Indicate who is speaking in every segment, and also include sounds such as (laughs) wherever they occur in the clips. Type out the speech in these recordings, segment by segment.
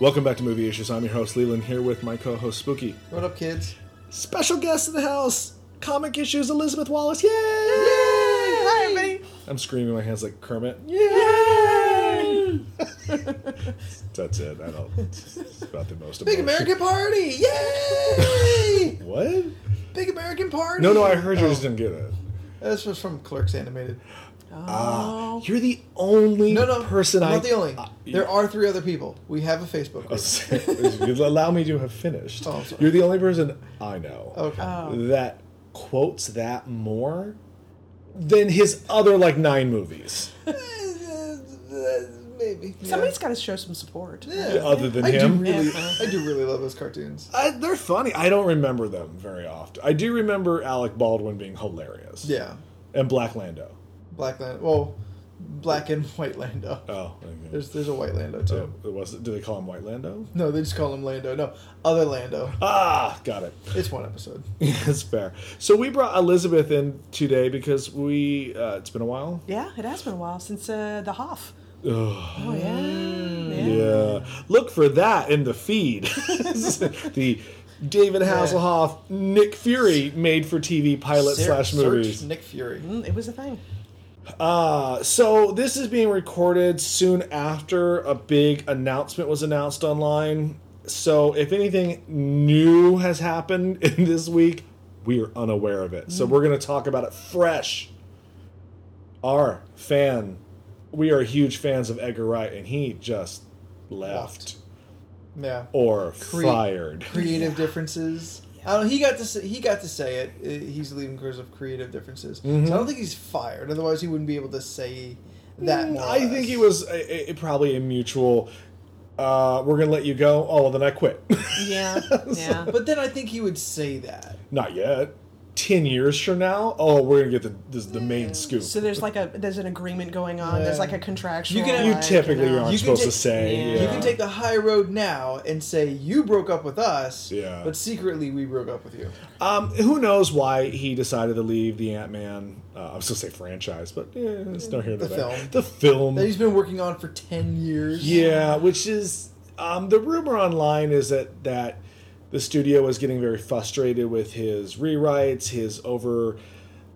Speaker 1: Welcome back to Movie Issues. I'm your host Leland here with my co-host Spooky.
Speaker 2: What up, kids?
Speaker 1: Special guest in the house, comic issues Elizabeth Wallace. Yay!
Speaker 2: Hi, everybody.
Speaker 1: I'm screaming my hands like Kermit.
Speaker 2: Yay!
Speaker 1: (laughs) That's it. I don't. It's about the most.
Speaker 2: Big
Speaker 1: emotion-
Speaker 2: American Party!
Speaker 1: (laughs)
Speaker 2: Yay!
Speaker 1: What?
Speaker 2: Big American Party!
Speaker 1: No, no. I heard you
Speaker 2: Oh,
Speaker 1: just didn't get it.
Speaker 2: This was from Clerks Animated.
Speaker 3: Oh,
Speaker 1: Ah, you're the only
Speaker 2: Oh. No, no.
Speaker 1: person I.
Speaker 2: I'm not the only.
Speaker 1: I-
Speaker 2: there are three other people. We have a Facebook
Speaker 1: (laughs)
Speaker 2: group.
Speaker 1: Allow me to have finished.
Speaker 2: Oh, I'm sorry. Oh,
Speaker 1: You're the only person I know
Speaker 2: Okay.
Speaker 1: that quotes that more than his other like nine movies.
Speaker 2: Maybe.
Speaker 3: Somebody's got to show some support.
Speaker 2: Yeah.
Speaker 1: Other than
Speaker 2: I
Speaker 1: him.
Speaker 2: Do really,
Speaker 3: Yeah.
Speaker 2: I do really love those cartoons.
Speaker 1: I, they're funny. I don't remember them very often. I do remember Alec Baldwin being hilarious.
Speaker 2: Yeah.
Speaker 1: And Black Lando.
Speaker 2: Black Land. Well, Black and White Lando.
Speaker 1: Oh, okay.
Speaker 2: There's there's a White Lando too.
Speaker 1: so it was. Do they call him White Lando?
Speaker 2: No, they just call him Lando. No, other Lando.
Speaker 1: Ah, got it. (laughs)
Speaker 2: It's one episode.
Speaker 1: That's fair. So we brought Elizabeth in today because we. Uh, it's been a while.
Speaker 3: Yeah, it has been a while since uh, the Hoff.
Speaker 1: Ugh. Mm.
Speaker 3: Oh yeah. yeah.
Speaker 1: Yeah. Look for that in the feed. (laughs) the David Hasselhoff, Nick Fury made for TV pilot
Speaker 2: Ser-
Speaker 1: slash
Speaker 2: search
Speaker 1: movies.
Speaker 2: Nick Fury.
Speaker 3: Mm, It was a thing.
Speaker 1: Uh, so this is being recorded soon after a big announcement was announced online. So if anything new has happened (laughs) in this week, we are unaware of it. So
Speaker 2: Mm.
Speaker 1: we're going to talk about it fresh. Our fan, we are huge fans of Edgar Wright, and he just left
Speaker 2: Left. Yeah.
Speaker 1: or
Speaker 2: Cre-
Speaker 1: fired.
Speaker 2: Creative differences. I don't. He got to say, he got to say it. Uh, He's leaving because of creative differences.
Speaker 1: Mm-hmm.
Speaker 2: So I don't think he's fired. Otherwise, he wouldn't be able to say that. more or
Speaker 1: Mm, I think
Speaker 2: less.
Speaker 1: it was a, a, probably a mutual. Uh, we're gonna let you go. Oh, well, then I quit. (laughs)
Speaker 3: Yeah. Yeah.
Speaker 2: But then I think he would say that.
Speaker 1: Not yet. Ten years from now, oh, we're gonna get the this, the main scoop.
Speaker 3: so there's like a there's an agreement going on. There's
Speaker 2: Yeah.
Speaker 3: like a contractual.
Speaker 2: You can-
Speaker 1: you
Speaker 3: like,
Speaker 1: typically
Speaker 3: you know.
Speaker 1: aren't
Speaker 2: uh, You can
Speaker 1: supposed
Speaker 2: take-
Speaker 1: to say.
Speaker 3: yeah.
Speaker 1: Yeah.
Speaker 2: You can take the high road now and say you broke up with us.
Speaker 1: Yeah.
Speaker 2: But secretly, we broke up with you.
Speaker 1: um, who knows why he decided to leave the Ant Man? Uh, I was gonna say franchise, but yeah, it's not here
Speaker 2: The
Speaker 1: today.
Speaker 2: film.
Speaker 1: The film.
Speaker 2: That he's been working on for ten years.
Speaker 1: Yeah, which is um, the rumor online is that that the studio was getting very frustrated with his rewrites, his over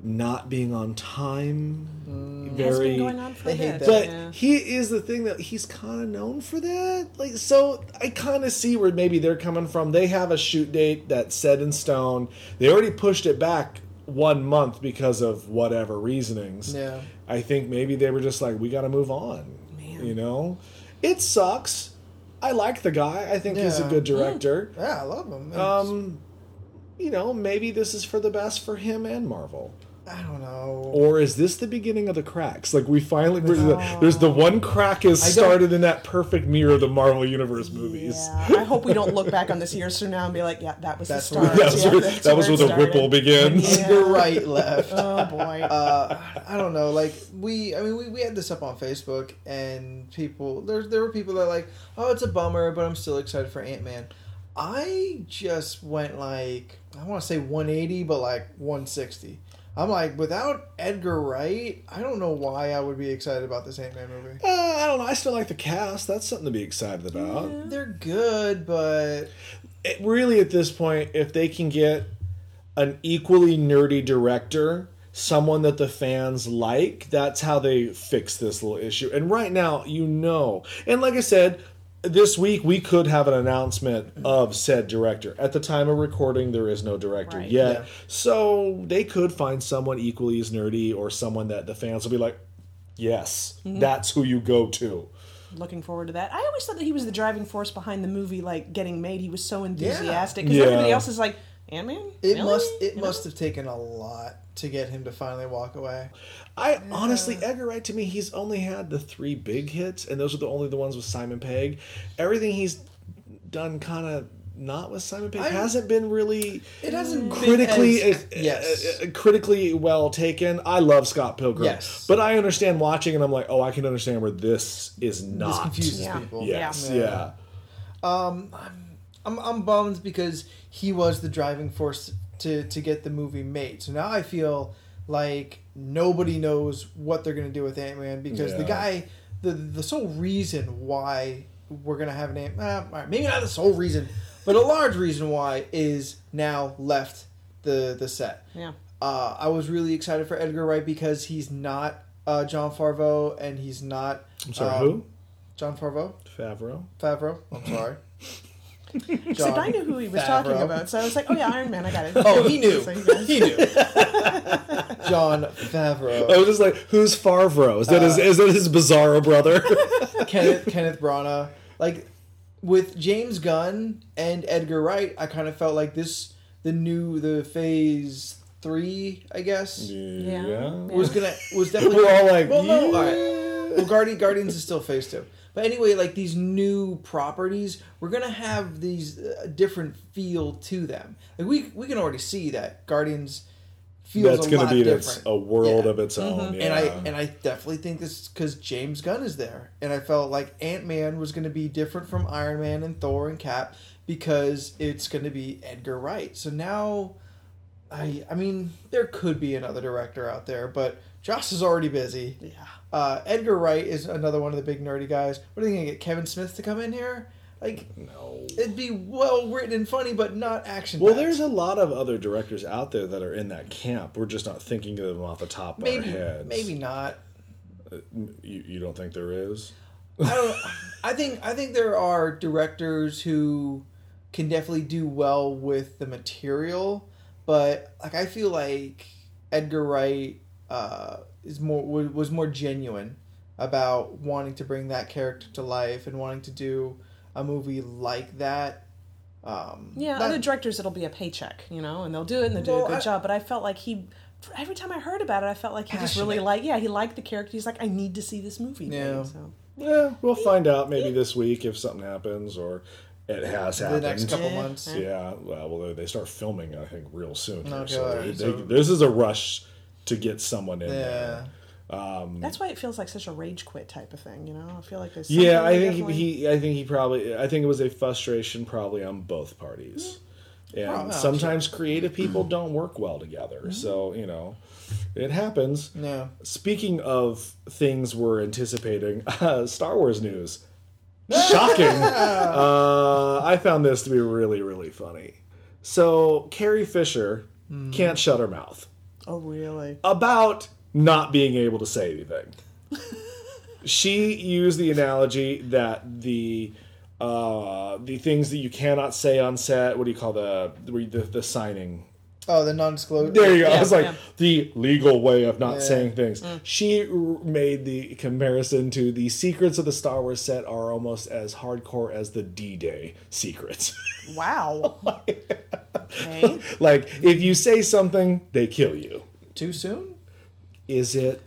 Speaker 1: not being on time.
Speaker 3: It has
Speaker 1: Very,
Speaker 3: been going on for
Speaker 2: They
Speaker 3: a
Speaker 2: hate
Speaker 3: bit.
Speaker 2: that.
Speaker 1: but
Speaker 3: yeah.
Speaker 1: he is the thing that he's kind of known for that. Like, so I kind of see where maybe they're coming from. They have a shoot date that's set in stone. They already pushed it back one month because of whatever reasonings.
Speaker 2: Yeah.
Speaker 1: I think maybe they were just like, we got to move on.
Speaker 3: Man.
Speaker 1: You know, it sucks. I like the guy. I think he's a
Speaker 2: Yeah.
Speaker 1: good director.
Speaker 2: Yeah, I love him. Um,
Speaker 1: Um, you know, maybe this is for the best for him and Marvel.
Speaker 2: I don't know.
Speaker 1: Or is this the beginning of the cracks? Like we finally we're- there's the one crack is
Speaker 2: I don't-
Speaker 1: started in that perfect mirror of the Marvel Universe (laughs) movies.
Speaker 3: Yeah. I hope we don't look back on this years from now and be like, yeah, that was
Speaker 2: That's
Speaker 3: the
Speaker 2: where-
Speaker 3: start.
Speaker 1: (laughs) That was
Speaker 3: Yeah,
Speaker 1: where, (laughs)
Speaker 3: that's
Speaker 1: that was
Speaker 3: where
Speaker 1: where
Speaker 3: it
Speaker 1: the
Speaker 3: started.
Speaker 1: ripple
Speaker 3: (laughs)
Speaker 1: begins.
Speaker 3: Yeah.
Speaker 2: You're right, left.
Speaker 3: Oh boy.
Speaker 2: uh, I don't know. Like we, I mean, we, we had this up on Facebook, and people there there were people that like, oh, it's a bummer, but I'm still excited for Ant Man. I just went like I want to say 180, but like 160. I'm like, without Edgar Wright, I don't know why I would be excited about this Ant Man movie.
Speaker 1: Uh, I don't know. I still like the cast. That's something to be excited about.
Speaker 2: They're good, but
Speaker 1: It, really, at this point, if they can get an equally nerdy director, someone that the fans like, that's how they fix this little issue. And right now, you know. And like I said, this week we could have an announcement of said director. At the time of recording, there is no director
Speaker 3: Right.
Speaker 1: yet.
Speaker 2: Yeah.
Speaker 1: So they could find someone equally as nerdy or someone that the fans will be like, yes, that's who you go to.
Speaker 3: Looking forward to that. I always thought that he was the driving force behind the movie, like getting made. He was so enthusiastic because
Speaker 1: Yeah.
Speaker 3: everybody else is like, Ant Man.
Speaker 2: it must it must have taken a lot to get him to finally walk away.
Speaker 1: I honestly, Edgar Wright to me, he's only had the three big hits, and those are the only the ones with Simon Pegg. Everything he's done, kind of not with Simon Pegg,
Speaker 2: I-
Speaker 1: hasn't been really
Speaker 2: It hasn't
Speaker 1: Mm.
Speaker 2: been
Speaker 1: critically
Speaker 2: as- e-,
Speaker 1: uh,
Speaker 2: yes.
Speaker 1: uh, uh, critically well taken. I love Scott Pilgrim,
Speaker 2: Yes.
Speaker 1: but I understand watching, and I'm like, oh, I can understand where this is
Speaker 2: This
Speaker 1: not.
Speaker 2: confuses
Speaker 3: Yeah.
Speaker 2: people.
Speaker 1: Yes,
Speaker 2: Yeah.
Speaker 1: yeah.
Speaker 2: I'm, I'm bummed because he was the driving force to, to get the movie made. So now I feel like nobody knows what they're going to do with Ant Man because the
Speaker 1: Yeah.
Speaker 2: guy, the, the sole reason why we're gonna have an Ant. Uh, all right, maybe not the sole reason, but a large reason why is now left the the set. (laughs)
Speaker 3: Yeah.
Speaker 2: Uh, I was really excited for Edgar Wright because he's not uh, John Farvo and he's not.
Speaker 1: I'm sorry,
Speaker 2: um,
Speaker 1: who?
Speaker 2: John Farvo,
Speaker 1: Favreau.
Speaker 2: Favreau. I'm sorry.
Speaker 3: Except I knew who he was talking
Speaker 2: Favreau.
Speaker 3: about, so I was like, "Oh yeah, Iron Man, I got it."
Speaker 2: (laughs) Oh, he knew.
Speaker 3: So you guys-
Speaker 2: he knew. (laughs) John Favreau.
Speaker 1: I was just like, who's Favreau? Is
Speaker 2: uh,
Speaker 1: that his, is that his bizarro
Speaker 2: (laughs)
Speaker 1: brother?
Speaker 2: Kenneth Kenneth Branagh. Like with James Gunn and Edgar Wright, I kind of felt like this the new the phase three, I guess,
Speaker 3: Yeah.
Speaker 2: was gonna was (laughs) definitely
Speaker 1: We're all like,
Speaker 2: well, no, all right.
Speaker 1: yeah.
Speaker 2: well, Guardian Guardians is still phase two. But anyway, like these new properties, we're gonna have these uh, different feel to them. Like we we can already see that Guardians feels
Speaker 1: that's
Speaker 2: a
Speaker 1: going
Speaker 2: lot
Speaker 1: to be
Speaker 2: different.
Speaker 1: its, a world
Speaker 2: Yeah.
Speaker 1: of its own. Mm-hmm. Yeah.
Speaker 2: And I and I definitely think this because James Gunn is there, and I felt like Ant Man was going to be different from Iron Man and Thor and Cap because it's going to be Edgar Wright. So now, I I mean there could be another director out there, but Joss is already busy.
Speaker 3: Yeah.
Speaker 2: Uh, Edgar Wright is another one of the big nerdy guys. What are they going to get Kevin Smith to come in here? Like
Speaker 1: no.
Speaker 2: it'd be well written and funny, but not action.
Speaker 1: Well, there's a lot of other directors out there that are in that camp. We're just not thinking of them off the top of our
Speaker 2: maybe
Speaker 1: heads.
Speaker 2: maybe not.
Speaker 1: you, you don't think there is.
Speaker 2: I don't. I think I think there are directors who can definitely do well with the material, but like I feel like Edgar Wright uh, is more wa- was more genuine about wanting to bring that character to life and wanting to do a movie like that. Um,
Speaker 3: Yeah,
Speaker 2: not-
Speaker 3: other directors, it'll be a paycheck, you know, and they'll do it and they'll do
Speaker 2: Well,
Speaker 3: a good
Speaker 2: I-
Speaker 3: job. But I felt like he, every time I heard about it, I felt like he just really
Speaker 2: Passionate.
Speaker 3: liked, yeah, he liked the character. He's like, I need to see this movie. made,"
Speaker 2: Yeah.
Speaker 3: So.
Speaker 1: Yeah, Eh, we'll find out maybe this week if something happens or it has
Speaker 2: the
Speaker 1: happened.
Speaker 2: next couple
Speaker 3: Yeah.
Speaker 2: months.
Speaker 1: Yeah, well, well, they start filming, I think, real soon. here,
Speaker 2: Okay,
Speaker 1: so, they,
Speaker 2: alright, so-
Speaker 1: they- this is a rush to get someone in
Speaker 2: Yeah.
Speaker 1: there.
Speaker 3: That's why it feels like such a rage quit type of thing, you know? I feel like there's.
Speaker 1: Yeah,
Speaker 3: something
Speaker 1: I
Speaker 3: they
Speaker 1: think
Speaker 3: definitely-
Speaker 1: he, I think he probably, I think it was a frustration probably on both parties. And
Speaker 2: Well, no,
Speaker 1: sometimes creative
Speaker 3: Mm-hmm.
Speaker 1: people don't work well together. So, you know, it happens.
Speaker 2: No.
Speaker 1: Speaking of things we're anticipating, (laughs) uh, Star Wars news.
Speaker 3: (laughs)
Speaker 1: Shocking. uh, I found this to be really, really funny. So, Carrie Fisher
Speaker 3: Mm-hmm.
Speaker 1: can't shut her mouth
Speaker 3: Oh, really?
Speaker 1: about not being able to say anything. she used the analogy that the uh, the things that you cannot say on set, what do you call the the, the, the signing
Speaker 2: Oh, the non-disclosure.
Speaker 1: there you go. I was like
Speaker 3: yeah.
Speaker 1: the legal way of not
Speaker 2: Yeah.
Speaker 1: saying things. She r- made the comparison to the secrets of the Star Wars set are almost as hardcore as the D-Day secrets. (laughs)
Speaker 3: Wow.
Speaker 2: (laughs)
Speaker 3: okay.
Speaker 1: like if you say something, they kill you.
Speaker 2: Too soon.
Speaker 1: Is it?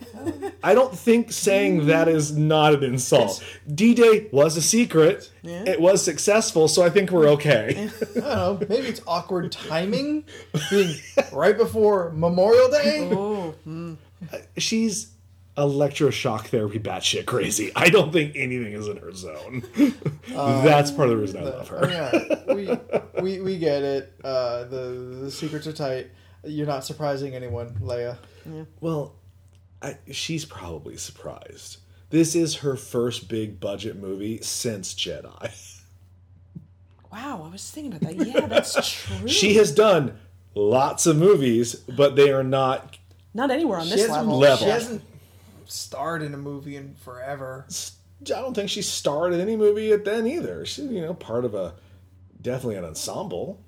Speaker 1: I don't think saying that is not an insult. D-Day was a secret. It was successful, so I think we're okay.
Speaker 2: I don't know. Maybe it's awkward timing, being right before Memorial Day.
Speaker 3: Oh,
Speaker 1: She's electroshock therapy batshit crazy. I don't think anything is in her zone. That's part of the reason I love her.
Speaker 2: Oh, yeah, we, we we get it. Uh, the the secrets are tight. You're not surprising anyone, Leia.
Speaker 1: Well, I, she's probably surprised. This is her first big budget movie since Jedi.
Speaker 3: wow. I was thinking about that. Yeah,
Speaker 2: (laughs)
Speaker 3: that's true.
Speaker 1: She has done lots of movies, but they are not
Speaker 3: Not anywhere on
Speaker 2: She
Speaker 3: this
Speaker 2: hasn't,
Speaker 3: level.
Speaker 1: level.
Speaker 2: she hasn't starred in a movie in forever.
Speaker 1: I don't think she starred in any movie at then either. She's, you know, part of a definitely an ensemble.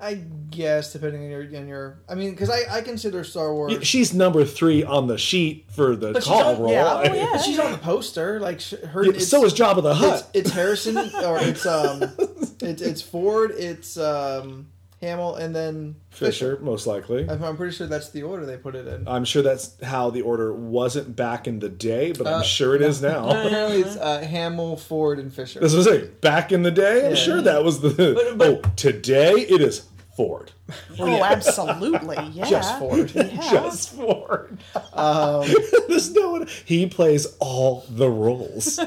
Speaker 2: I guess depending on your on your. I mean, because I I consider Star Wars.
Speaker 1: She's number three on the sheet for the
Speaker 2: But she's
Speaker 1: call
Speaker 2: on-
Speaker 1: roll.
Speaker 2: yeah,
Speaker 1: (laughs)
Speaker 3: oh, yeah.
Speaker 2: but she's on the poster. Like sh- her. it's-
Speaker 1: so is Jabba the
Speaker 2: it's,
Speaker 1: Hutt.
Speaker 2: it's Harrison or it's um it's it's Ford. It's um Hamill and then
Speaker 1: Fisher, Oh. most likely.
Speaker 2: I'm, I'm pretty sure that's the order they put it in.
Speaker 1: I'm sure that's how the order wasn't back in the day, but I'm
Speaker 2: Uh,
Speaker 1: sure it is now. (laughs)
Speaker 2: Apparently, it's uh, Hamill, Ford, and Fisher.
Speaker 1: That's what I say. Back in the day, I'm
Speaker 2: Yeah.
Speaker 1: sure that was the.
Speaker 2: but-
Speaker 1: oh, today it is Ford.
Speaker 2: (laughs)
Speaker 3: Oh, absolutely. Yeah.
Speaker 2: Just Ford.
Speaker 3: Yeah.
Speaker 1: Just Ford.
Speaker 2: Um,
Speaker 1: (laughs) There's no one. He plays all the
Speaker 2: (laughs)
Speaker 1: roles,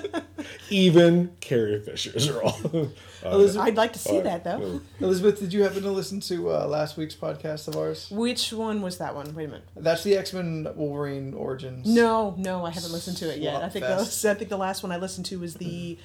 Speaker 1: even Carrie Fisher's role.
Speaker 2: Elizabeth,
Speaker 3: Oh, I'd like to see that, though.
Speaker 2: Elizabeth, did you happen to listen to uh, last week's podcast of ours?
Speaker 3: Which one was that one? Wait a minute.
Speaker 2: That's the X Men Wolverine origins.
Speaker 3: No, no, I haven't listened to it yet. I think the,
Speaker 2: Slop fest.
Speaker 3: I think the last one I listened to was the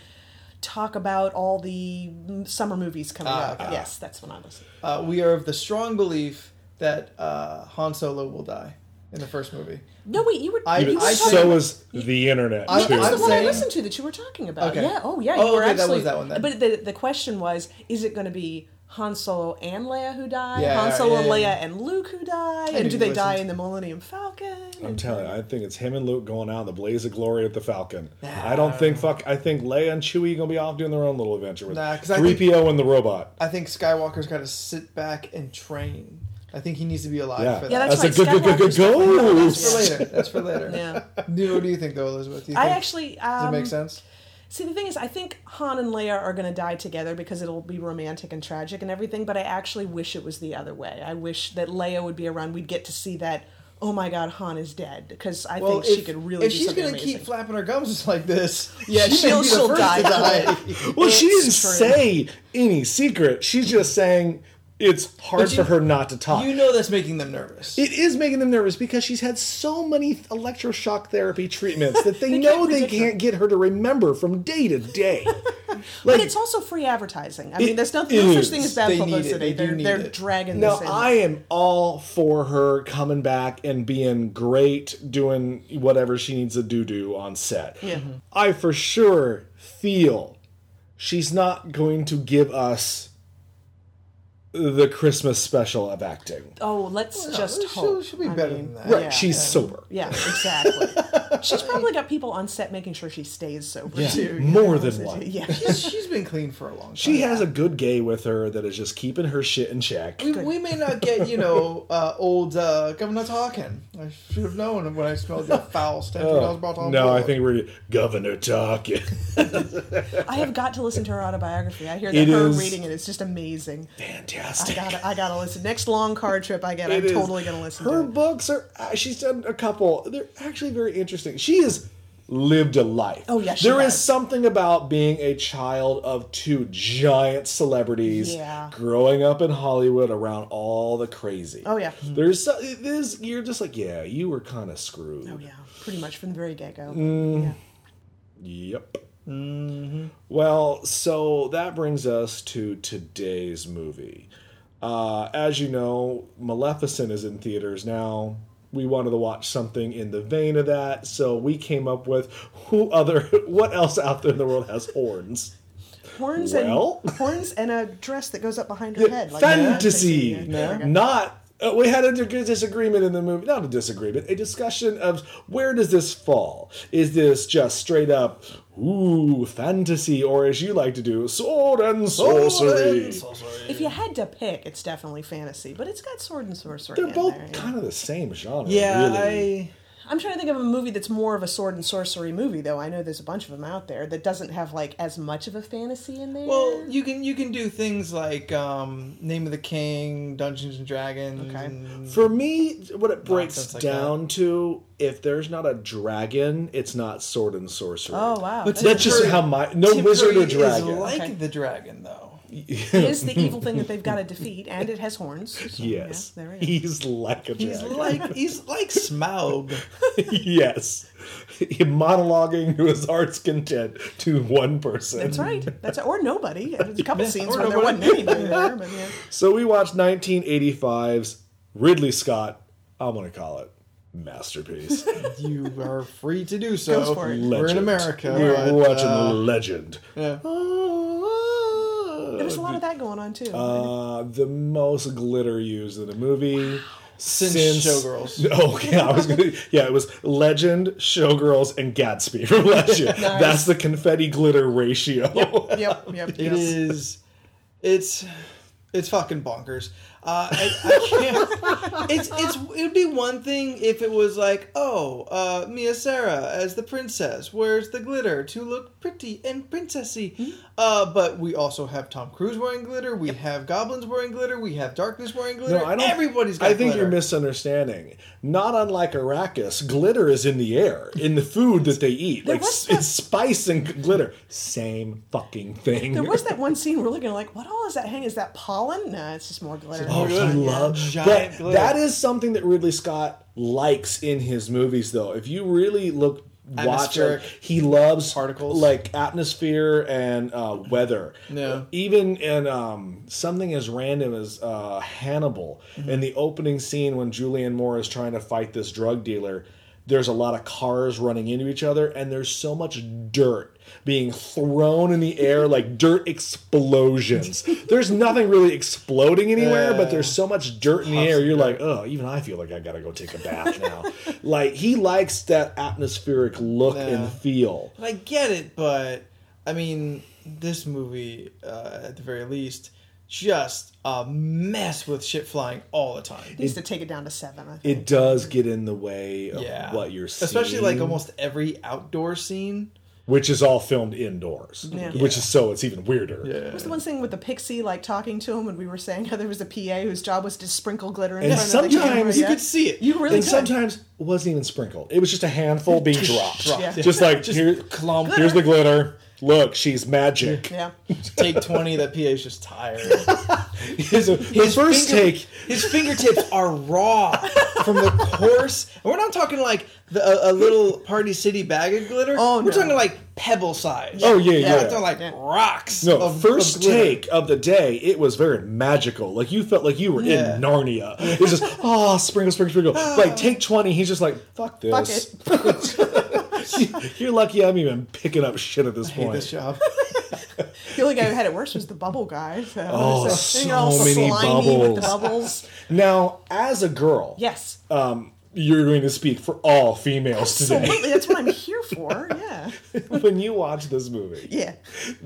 Speaker 3: talk about all the summer movies coming
Speaker 2: Ah,
Speaker 3: up.
Speaker 2: okay.
Speaker 3: Yes, that's when I was.
Speaker 2: Uh, we are of the strong belief that uh, Han Solo will die in the first movie.
Speaker 3: No, wait, you were.
Speaker 2: I-
Speaker 3: you were
Speaker 2: I
Speaker 3: talking
Speaker 2: said-
Speaker 3: about-
Speaker 1: so is the internet
Speaker 2: I-
Speaker 1: too.
Speaker 3: That's the
Speaker 2: I'm
Speaker 3: one I
Speaker 2: saying-
Speaker 3: listened to that you were talking about.
Speaker 2: Okay.
Speaker 3: Yeah. Oh, yeah.
Speaker 2: Oh,
Speaker 3: you were
Speaker 2: okay, that was
Speaker 3: absolutely-
Speaker 2: that one then.
Speaker 3: But the, the question was, is it going to be Han Solo and Leia who die?
Speaker 2: Yeah,
Speaker 3: Han Solo,
Speaker 2: yeah,
Speaker 3: Leia,
Speaker 2: yeah.
Speaker 3: and Luke who die?
Speaker 2: knew
Speaker 3: And do
Speaker 2: you
Speaker 3: they die
Speaker 2: listened.
Speaker 3: in the Millennium Falcon?
Speaker 1: I'm telling you, I think it's him and Luke going out in the blaze of glory at the Falcon.
Speaker 2: Nah.
Speaker 1: I don't think fuck. I think Leia and Chewie gonna be off doing their own little adventure with
Speaker 2: Nah, 'cause I
Speaker 1: three
Speaker 2: think-
Speaker 1: PO and the robot.
Speaker 2: I think Skywalker's got to sit back and train. I think he needs to be alive
Speaker 1: Yeah,
Speaker 2: for that.
Speaker 3: Yeah, that's
Speaker 1: a
Speaker 3: right,
Speaker 1: good, good, good,
Speaker 3: Skywalker's
Speaker 1: good
Speaker 3: definitely-
Speaker 1: goal.
Speaker 3: That's
Speaker 2: for later.
Speaker 3: (laughs)
Speaker 2: That's for later.
Speaker 3: Yeah.
Speaker 2: Dude, what do you think though, Elizabeth? Do you
Speaker 3: I
Speaker 2: think-
Speaker 3: actually.
Speaker 2: (laughs) does
Speaker 3: Um,
Speaker 2: it make sense?
Speaker 3: See, the thing is, I think Han and Leia are going to die together because it'll be romantic and tragic and everything, but I actually wish it was the other way. I wish that Leia would be around. We'd get to see that, oh my god, Han is dead, because I think she could really
Speaker 2: if
Speaker 3: do
Speaker 2: she's
Speaker 3: something
Speaker 2: gonna
Speaker 3: amazing.
Speaker 2: keep flapping her gums (laughs) like this,
Speaker 3: Yeah,
Speaker 2: she may
Speaker 3: she'll-
Speaker 2: be the
Speaker 3: she'll
Speaker 2: first to
Speaker 3: die.
Speaker 2: die.
Speaker 1: Well, she
Speaker 3: It's
Speaker 1: didn't
Speaker 3: true.
Speaker 1: say any secret. She's just saying it's hard
Speaker 2: But you-
Speaker 1: for her not to
Speaker 3: (laughs)
Speaker 1: talk.
Speaker 2: you know that's making them nervous.
Speaker 1: it is making them nervous because she's had so many th- electroshock therapy treatments that
Speaker 3: (laughs)
Speaker 1: they, know
Speaker 3: can't
Speaker 1: they
Speaker 3: predict her.
Speaker 1: can't get her to remember from day to day. (laughs) like,
Speaker 3: (laughs) But it's also free advertising. I mean, there's no,
Speaker 1: it
Speaker 3: no such thing
Speaker 1: is.
Speaker 3: as bad
Speaker 2: They need it. They
Speaker 3: publicity.
Speaker 2: do
Speaker 3: They are
Speaker 2: need
Speaker 3: they're
Speaker 2: it.
Speaker 3: dragging
Speaker 1: No,
Speaker 3: this in.
Speaker 1: I am all for her coming back and being great, doing whatever she needs to do do on set.
Speaker 3: Yeah. Mhm.
Speaker 1: I for sure feel she's not going to give us the Christmas special of acting.
Speaker 3: oh, let's just
Speaker 2: she'll-
Speaker 3: hope.
Speaker 2: she'll be
Speaker 3: I
Speaker 2: better
Speaker 3: mean,
Speaker 2: than that.
Speaker 1: Right,
Speaker 3: yeah.
Speaker 1: she's sober.
Speaker 3: Yeah, exactly. she's probably got people on set making sure she stays sober
Speaker 1: Yeah,
Speaker 3: too. you
Speaker 1: more
Speaker 3: know,
Speaker 1: than
Speaker 3: so
Speaker 1: one.
Speaker 3: she- Yeah.
Speaker 2: She's- she's been clean for a long time.
Speaker 1: She has a good gay with her that is just keeping her shit in check.
Speaker 2: We, we may not get,
Speaker 1: (laughs)
Speaker 2: you know, uh, old uh, Governor Talkin. I should have known when I smelled your foul stench when I was brought on
Speaker 1: Oh, No,
Speaker 2: board.
Speaker 1: I think we're Governor talking.
Speaker 3: I have got to listen to her autobiography. I hear that
Speaker 1: It
Speaker 3: her
Speaker 1: is-
Speaker 3: reading it is just amazing. I
Speaker 1: (laughs) Fantastic.
Speaker 3: gotta, I gotta listen. Next long car trip I get,
Speaker 1: It
Speaker 3: I'm
Speaker 1: is.
Speaker 3: totally gonna listen
Speaker 1: Her
Speaker 3: to. it.
Speaker 1: books are. uh, She's done a couple. They're actually very interesting. She has lived a life.
Speaker 3: Oh, yeah, she
Speaker 1: there is
Speaker 3: has.
Speaker 1: something about being a child of two giant celebrities.
Speaker 3: Yeah.
Speaker 1: Growing up in Hollywood around all the crazy.
Speaker 3: Oh, yeah.
Speaker 1: There's so- it is. You're just like yeah. You were kind of screwed.
Speaker 3: Oh yeah, pretty much from the very get go. Yeah.
Speaker 1: Yep. Mm-hmm. Well, so that brings us to today's movie. Uh, as you know, Maleficent is in theaters now. We wanted to watch something in the vein of that, so we came up with who other, (laughs) what else out there in the world has horns?
Speaker 3: Horns
Speaker 1: Well?
Speaker 3: and horns and a dress that goes up behind her head. Like
Speaker 1: Fantasy,
Speaker 3: Yeah, there we go.
Speaker 1: not. Uh, we had a dig- disagreement in the movie, not a disagreement, a discussion of where does this fall? Is this just straight up ooh fantasy, or as you like to do, sword and
Speaker 2: Oh,
Speaker 1: sorcery?
Speaker 3: If you had to pick, it's definitely fantasy, but it's got sword and sorcery.
Speaker 1: They're
Speaker 3: in
Speaker 1: both
Speaker 3: there, yeah.
Speaker 1: kind of the same genre.
Speaker 2: Yeah,
Speaker 1: really.
Speaker 2: I.
Speaker 3: I'm trying to think of a movie that's more of a sword and sorcery movie, though. I know there's a bunch of them out there that doesn't have like as much of a fantasy in there.
Speaker 2: Well, you can you can do things like um, Name of the King, Dungeons and Dragons.
Speaker 3: Okay.
Speaker 2: and-
Speaker 1: For me, what it breaks
Speaker 2: Nonsense like
Speaker 1: down to, if there's not a dragon, it's not sword and sorcery.
Speaker 3: oh wow,
Speaker 2: But
Speaker 3: That's-
Speaker 1: That's just
Speaker 2: Tipper-
Speaker 1: how my no
Speaker 2: Tim
Speaker 1: wizard
Speaker 2: Curry
Speaker 1: or dragon.
Speaker 2: Is like
Speaker 3: Okay.
Speaker 2: the dragon though.
Speaker 3: it is the evil thing that they've got to defeat, and it has horns. so, yeah,
Speaker 1: yes,
Speaker 3: there we go.
Speaker 1: he's like a dragon.
Speaker 2: He's like he's
Speaker 1: (laughs)
Speaker 2: like Smaug.
Speaker 1: yes. Monologuing to his heart's content to one person.
Speaker 3: That's right. That's or nobody. There's a couple scenes
Speaker 2: or
Speaker 3: where there
Speaker 2: nobody.
Speaker 3: wasn't anybody there, but yeah.
Speaker 1: So we watched 1985's Ridley Scott, I'm going to call it
Speaker 2: (laughs)
Speaker 1: masterpiece.
Speaker 2: You are free to do so.
Speaker 3: Goes for it.
Speaker 2: We're in
Speaker 1: Legend.
Speaker 2: America.
Speaker 1: We're
Speaker 2: but,
Speaker 1: watching
Speaker 2: uh,
Speaker 1: the legend.
Speaker 2: yeah.
Speaker 3: There was a lot of that going on too.
Speaker 1: Uh, the most glitter used in a movie.
Speaker 2: Since
Speaker 1: (laughs)
Speaker 2: Showgirls.
Speaker 1: Oh yeah, I was gonna. Yeah, it was Legend, Showgirls, and Gatsby from last
Speaker 2: (laughs)
Speaker 1: year. That's the confetti glitter ratio.
Speaker 3: yep, yep,
Speaker 2: It
Speaker 3: yep.
Speaker 2: is. It's. It's fucking bonkers. Uh, I, I
Speaker 1: (laughs)
Speaker 2: can't. it's it's it would be one thing if it was like, oh, uh, Mia Sara as the princess wears the glitter to look pretty and princessy.
Speaker 1: Hmm?
Speaker 2: Uh, but we also have Tom Cruise wearing glitter. We have goblins wearing glitter. We have darkness wearing glitter.
Speaker 1: No, I don't.
Speaker 2: Everybody's got.
Speaker 1: I think
Speaker 2: glitter.
Speaker 1: you're misunderstanding. Not unlike Arrakis, glitter is in the air in the food that they eat. Like
Speaker 3: was
Speaker 1: s- it's spice and g- glitter, same fucking thing.
Speaker 3: There
Speaker 1: (laughs)
Speaker 3: was that one scene we're looking at, like, what all is that hang? Is that pollen? No, it's just more glitter.
Speaker 1: Oh, he
Speaker 2: Yeah.
Speaker 1: loves
Speaker 2: Giant
Speaker 1: but
Speaker 2: glitter.
Speaker 1: that is something that Ridley Scott likes in his movies, though. If you really look watch.
Speaker 2: Atmospheric
Speaker 1: Like, he loves
Speaker 2: particles.
Speaker 1: like atmosphere and uh, weather.
Speaker 2: Yeah.
Speaker 1: Even in um, something as random as uh, Hannibal,
Speaker 2: Mm-hmm.
Speaker 1: in the opening scene when Julianne Moore is trying to fight this drug dealer, there's a lot of cars running into each other, and there's so much dirt being thrown in the
Speaker 2: (laughs)
Speaker 1: air like dirt explosions. there's nothing really exploding anywhere, but there's so much dirt in the air. You're like, oh, even I feel like I gotta go take a bath now. like he likes that atmospheric look
Speaker 2: Yeah.
Speaker 1: and feel.
Speaker 2: And I get it, but I mean, this movie, uh, at the very least, just a mess with shit flying all the time.
Speaker 3: He needs to take it down to seven. I think.
Speaker 1: It does get in the way of
Speaker 2: Yeah,
Speaker 1: what you're seeing,
Speaker 2: especially like almost every outdoor scene.
Speaker 1: which is all filmed indoors,
Speaker 3: Yeah.
Speaker 1: which is so it's even weirder.
Speaker 3: What's the one thing with the pixie like talking to him, and we were saying how there was a PA whose job was to sprinkle glitter in
Speaker 1: And
Speaker 3: front of the camera?
Speaker 1: sometimes
Speaker 2: you
Speaker 3: yeah?
Speaker 2: could see it.
Speaker 3: You really
Speaker 1: and
Speaker 3: could.
Speaker 1: sometimes it wasn't even sprinkled. It was just a handful being dropped.
Speaker 2: dropped.
Speaker 3: Yeah.
Speaker 1: Just like here,
Speaker 2: clump.
Speaker 1: here's the glitter. Look, she's magic.
Speaker 3: yeah.
Speaker 2: Take twenty. That PA's just tired.
Speaker 1: (laughs) His, the first
Speaker 2: finger-
Speaker 1: take
Speaker 2: His fingertips are raw from the coarse. And we're not talking like the, a, a little Party City bag of glitter.
Speaker 3: Oh,
Speaker 2: we're
Speaker 3: no.
Speaker 2: talking like pebble size.
Speaker 1: Oh, yeah,
Speaker 2: We're not
Speaker 1: yeah.
Speaker 2: talking, like
Speaker 3: Yeah.
Speaker 2: rocks.
Speaker 1: No,
Speaker 2: of-
Speaker 1: first
Speaker 2: of glitter.
Speaker 1: take of the day, it was very magical. Like you felt like you were
Speaker 2: Yeah.
Speaker 1: in Narnia. It's
Speaker 2: (laughs)
Speaker 1: just oh, sprinkle, sprinkle, sprinkle.
Speaker 2: (sighs)
Speaker 1: like take twenty, he's just like fuck
Speaker 3: Fuck
Speaker 1: this.
Speaker 3: it.
Speaker 1: (laughs) You're lucky I'm even picking up shit at this
Speaker 2: Hate
Speaker 1: point.
Speaker 2: this job.
Speaker 3: The only guy who had it worse was the bubble guy. So,
Speaker 1: Oh,
Speaker 3: you
Speaker 1: so
Speaker 3: know,
Speaker 1: many
Speaker 3: slimy With the
Speaker 1: bubbles.
Speaker 3: bubbles.
Speaker 1: Now, as a girl,
Speaker 3: Yes.
Speaker 1: um, you're going to speak for all
Speaker 2: (laughs)
Speaker 1: females today
Speaker 3: Absolutely. That's what I'm here for. Yeah.
Speaker 1: (laughs) when you watch this movie.
Speaker 3: Yeah.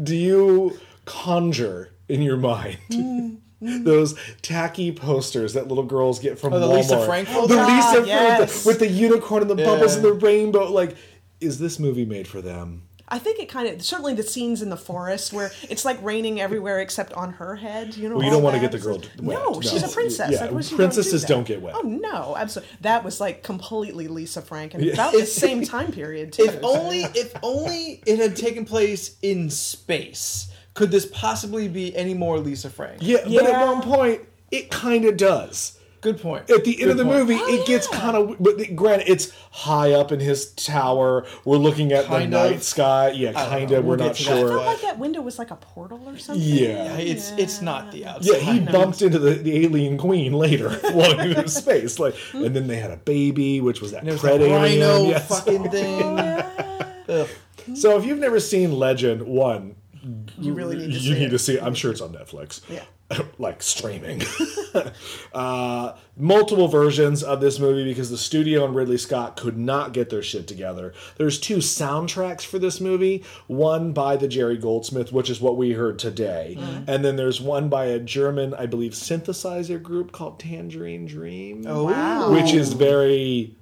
Speaker 1: do you conjure in your mind
Speaker 3: Mm,
Speaker 1: (laughs) those tacky posters that little girls get from
Speaker 2: Oh, the
Speaker 1: Walmart?
Speaker 2: Lisa Frankel?
Speaker 1: the
Speaker 3: Ah,
Speaker 1: Lisa
Speaker 3: yes.
Speaker 1: Frankel with the unicorn and the bubbles
Speaker 2: Yeah.
Speaker 1: and the rainbow. Like, is this movie made for them?
Speaker 3: I think it kind of certainly the scenes in the forest where it's like raining everywhere except on her head. You know,
Speaker 1: Well, you
Speaker 3: all
Speaker 1: don't wanna
Speaker 3: that.
Speaker 1: get the girl d- wet.
Speaker 3: No,
Speaker 1: No.
Speaker 3: she's a princess.
Speaker 1: Yeah,
Speaker 3: Like, what is she gonna do
Speaker 1: princesses
Speaker 3: that?
Speaker 1: don't get wet.
Speaker 3: Oh no, absolutely. That was like completely Lisa Frank and
Speaker 1: (laughs)
Speaker 3: about the same time period too.
Speaker 2: (laughs) If only, if only it had taken place in space. Could this possibly be any more Lisa Frank?
Speaker 1: Yeah, but at
Speaker 3: Yeah.
Speaker 1: one point, it kind of does.
Speaker 2: Good point.
Speaker 1: At the end
Speaker 2: Good
Speaker 1: of the
Speaker 2: point.
Speaker 1: movie,
Speaker 3: Oh,
Speaker 1: it gets
Speaker 3: yeah.
Speaker 1: kind of. But granted, it's high up in his tower. We're looking at
Speaker 2: Kind
Speaker 1: the
Speaker 2: of.
Speaker 1: night sky. Yeah,
Speaker 2: don't
Speaker 1: kind
Speaker 2: know.
Speaker 1: of. We're
Speaker 2: We'll get
Speaker 1: not
Speaker 2: to that.
Speaker 1: sure.
Speaker 3: I felt like that window was like a portal or something.
Speaker 1: Yeah.
Speaker 2: It's it's not the outside.
Speaker 1: Yeah, he bumped into the, the alien queen later, (laughs) flying through space. Like, and then they had a baby, which was that
Speaker 2: There's
Speaker 1: pred
Speaker 2: that rhino
Speaker 1: alien. Yes.
Speaker 2: (laughs) fucking thing. Ugh.
Speaker 1: So if you've never seen Legend One,
Speaker 3: You really need to
Speaker 1: you
Speaker 3: see
Speaker 1: need
Speaker 3: it.
Speaker 1: to see. It. I'm sure it's on Netflix.
Speaker 3: Yeah.
Speaker 1: (laughs) like streaming. (laughs) uh, multiple versions of this movie because the studio and Ridley Scott could not get their shit together. There's two soundtracks for this movie. One by the Jerry Goldsmith, which is what we heard today,
Speaker 3: Mm-hmm.
Speaker 1: and then there's one by a German, I believe, synthesizer group called Tangerine Dream
Speaker 2: Oh,
Speaker 3: Wow.
Speaker 1: which is very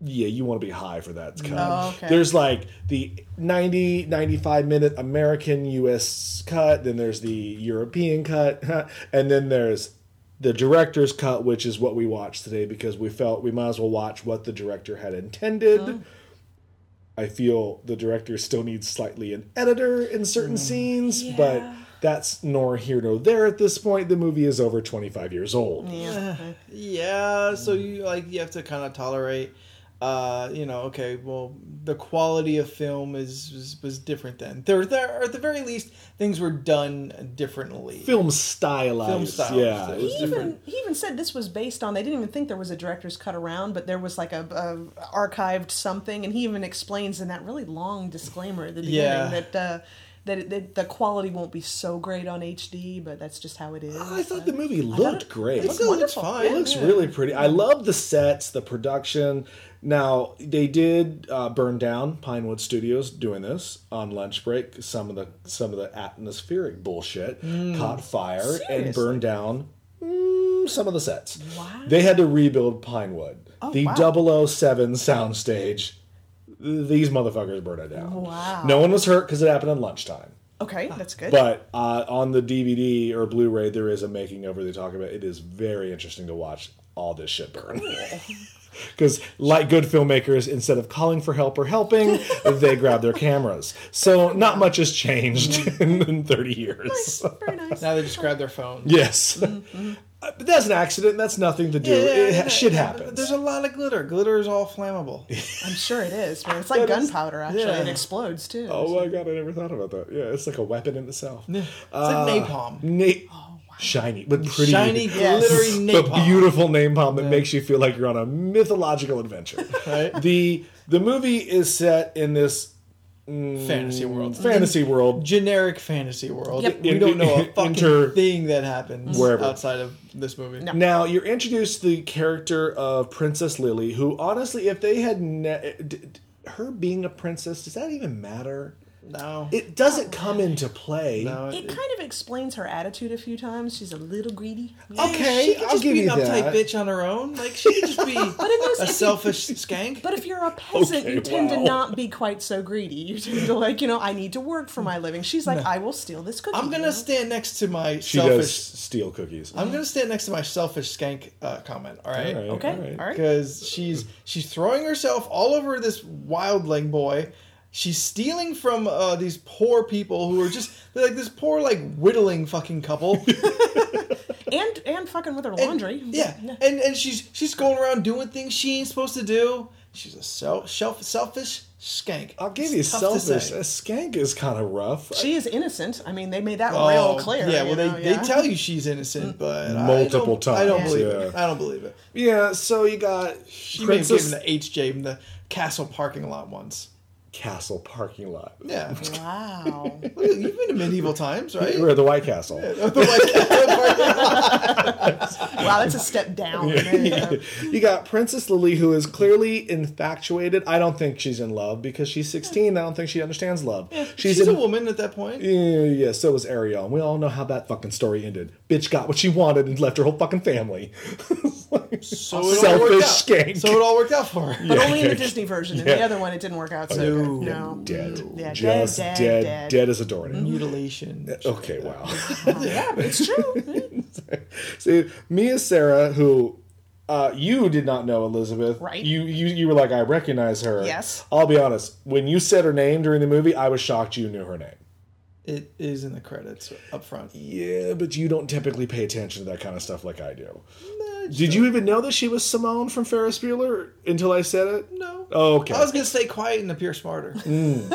Speaker 1: yeah you want to be high for that kind
Speaker 3: Oh, okay.
Speaker 1: there's like the 90 95 minute american us cut then there's the european cut (laughs) and then there's the director's cut which is what we watched today because we felt we might as well watch what the director had intended i feel the director still needs slightly an editor in certain scenes but
Speaker 3: Mm. Yeah.
Speaker 1: that's nor here nor there at this point the movie is over 25 years old
Speaker 3: Yeah.
Speaker 2: yeah. So you like you have to kind of tolerate. Uh, you know, okay. Well, the quality of film is, is was different then. There, there or at the very least, things were done differently.
Speaker 1: film stylized.
Speaker 2: Film stylized.
Speaker 1: Yeah,
Speaker 2: It
Speaker 1: it was
Speaker 2: was
Speaker 3: He even,
Speaker 2: different.
Speaker 3: he even said this was based on they didn't even think there was a director's cut around but there was like a, a archived something and he even explains in that really long disclaimer at the beginning
Speaker 2: Yeah.
Speaker 3: that uh, that, it, that the quality won't be so great on HD but that's just how it is
Speaker 1: Oh, I thought the movie looked great.
Speaker 2: It
Speaker 1: It
Speaker 2: still looks
Speaker 3: wonderful.
Speaker 2: fine.
Speaker 3: It
Speaker 1: looks really pretty. I love the sets, the production. Now they did uh, burn down Pinewood Studios doing this on lunch break. Some of the some of the atmospheric bullshit caught fire and
Speaker 3: Seriously?
Speaker 1: burned down mm, some of the sets.
Speaker 3: Wow.
Speaker 1: They had to rebuild Pinewood,
Speaker 3: Oh,
Speaker 1: the
Speaker 3: wow.
Speaker 1: 007 soundstage. These motherfuckers burned it down.
Speaker 3: Wow.
Speaker 1: No one was hurt because it happened on lunchtime.
Speaker 3: okay that's good
Speaker 1: But uh, on the DVD or (laughs) Blu-ray, there is a making over. They talk about it is very interesting to watch all this shit burn. Because, like good filmmakers, instead of calling for help or
Speaker 2: (laughs)
Speaker 1: helping, they grab their cameras. So, not much has changed (laughs)
Speaker 2: Mm-hmm.
Speaker 1: in, in 30 years.
Speaker 3: Very nice.
Speaker 2: Now they just grab their phone.
Speaker 1: (laughs)
Speaker 2: (laughs)
Speaker 1: Yes.
Speaker 2: Mm-hmm.
Speaker 1: Uh, But that's an accident. That's nothing to do. it, ha- shit happens.
Speaker 2: There's a lot of glitter. Glitter is all (laughs) flammable.
Speaker 3: I'm sure it is. Man. It's like
Speaker 1: That is-
Speaker 3: gunpowder, actually.
Speaker 2: yeah.
Speaker 3: It explodes, too.
Speaker 1: oh my god, I never thought about that. Yeah, it's like a weapon in itself. Uh,
Speaker 2: it's like napalm. Oh,
Speaker 1: Na- Shiny, but pretty.
Speaker 2: Shiny,
Speaker 3: Yes.
Speaker 1: (laughs)
Speaker 2: glittery
Speaker 1: but
Speaker 2: napalm.
Speaker 1: beautiful name palm that makes you feel like you're on a mythological adventure.
Speaker 2: (laughs) Right?
Speaker 1: the The movie is set in this
Speaker 2: fantasy world.
Speaker 1: fantasy world.
Speaker 2: Generic fantasy world.
Speaker 3: Yep.
Speaker 2: We
Speaker 1: In-
Speaker 2: don't know a
Speaker 1: in-
Speaker 2: fucking
Speaker 1: inter-
Speaker 2: thing that happens
Speaker 1: Wherever.
Speaker 2: outside of this movie.
Speaker 3: No.
Speaker 1: Now you're introduced to the character of Princess Lily, who honestly, if they had ne- d- d- her being a princess, does that even matter?
Speaker 2: No.
Speaker 1: It doesn't come into play.
Speaker 2: no.
Speaker 3: It kind of explains her attitude a few times. She's a little greedy.
Speaker 1: Okay,
Speaker 2: she could
Speaker 1: I'll
Speaker 2: just
Speaker 1: give
Speaker 2: be
Speaker 1: you
Speaker 2: an uptight
Speaker 1: that.
Speaker 2: bitch on her own. Like she could
Speaker 3: (laughs)
Speaker 2: just be (laughs)
Speaker 3: those-
Speaker 2: a
Speaker 3: if you- (laughs)
Speaker 2: selfish skank.
Speaker 3: But if you're a peasant,
Speaker 1: Okay,
Speaker 3: you tend
Speaker 1: wow.
Speaker 3: to not be quite so greedy. You tend to like, you know, I need to work for my living. She's like, I will steal this cookie.
Speaker 2: I'm
Speaker 3: you know?
Speaker 2: gonna stand next to my
Speaker 1: She
Speaker 2: selfish.
Speaker 1: does steal cookies.
Speaker 2: I'm gonna stand next to my selfish skank uh, comment. All right.
Speaker 1: All right,
Speaker 3: Okay,
Speaker 1: all right.
Speaker 3: all right.
Speaker 2: because she's she's throwing herself all over this wildling boy. She's stealing from uh, these poor people who are just they're like this poor like whittling fucking (laughs) couple.
Speaker 3: and and fucking with her
Speaker 2: And-
Speaker 3: laundry.
Speaker 2: yeah, and and she's she's going around doing things she ain't supposed to do. She's a self, self selfish skank.
Speaker 1: I'll give
Speaker 2: It's
Speaker 1: you
Speaker 2: tough to
Speaker 1: selfish.
Speaker 2: say.
Speaker 1: A skank is kind of rough.
Speaker 3: She is innocent. I mean, they made that
Speaker 2: Oh,
Speaker 3: real clear.
Speaker 2: Yeah, well
Speaker 3: you know,
Speaker 2: they,
Speaker 3: yeah.
Speaker 2: they tell you she's innocent, but
Speaker 1: Mm. Multiple
Speaker 2: I don't, I don't
Speaker 1: times,
Speaker 2: believe it.
Speaker 1: yeah.
Speaker 2: I don't believe it.
Speaker 1: Yeah, so you got
Speaker 2: She may have
Speaker 1: Princess
Speaker 2: given the HJ in the castle parking lot once.
Speaker 1: Castle parking lot.
Speaker 2: Yeah,
Speaker 3: Wow.
Speaker 2: Look, you've been to medieval times, right? (laughs)
Speaker 1: We're at the White Castle.
Speaker 2: The White Castle parking lot.
Speaker 3: wow, that's a step
Speaker 2: (laughs)
Speaker 3: down. There you go.
Speaker 1: (laughs) you got Princess Lily, who is clearly infatuated. I don't think she's in love because she's 16. I don't think she understands love.
Speaker 2: She's,
Speaker 1: she's in,
Speaker 2: a woman at that point.
Speaker 1: Yeah, yeah, so was Ariel. And we all know how that fucking story ended. Bitch got what she wanted and left her whole fucking family.
Speaker 2: So
Speaker 1: a
Speaker 2: it all worked
Speaker 1: selfish
Speaker 2: out.
Speaker 1: skank.
Speaker 2: So it all worked out for her.
Speaker 3: But only in the
Speaker 1: okay.
Speaker 3: Disney version. In the
Speaker 1: Yeah.
Speaker 3: other one, it didn't work out so
Speaker 2: No.
Speaker 3: good. No.
Speaker 1: Dead.
Speaker 3: Yeah, dead,
Speaker 1: Just
Speaker 3: dead,
Speaker 1: dead,
Speaker 3: dead.
Speaker 1: dead, as a doornail.
Speaker 2: Mutilation.
Speaker 1: Okay, wow.
Speaker 3: (laughs)
Speaker 1: (laughs)
Speaker 3: Yeah, but it's true.
Speaker 1: See, Mia Sarah, who uh, you did not know Elizabeth,
Speaker 3: Right.
Speaker 1: You, you you were like, I recognize her.
Speaker 3: Yes.
Speaker 1: I'll be honest. When you said her name during the movie, I was shocked you knew her name.
Speaker 2: It is in the credits up front.
Speaker 1: Yeah, but you don't typically pay attention to that kind of stuff like I do.
Speaker 2: Nah, just-
Speaker 1: Did you even know that she was Simone from Ferris Bueller until I said it?
Speaker 2: No.
Speaker 1: Oh, Okay.
Speaker 2: I was gonna stay quiet and appear smarter.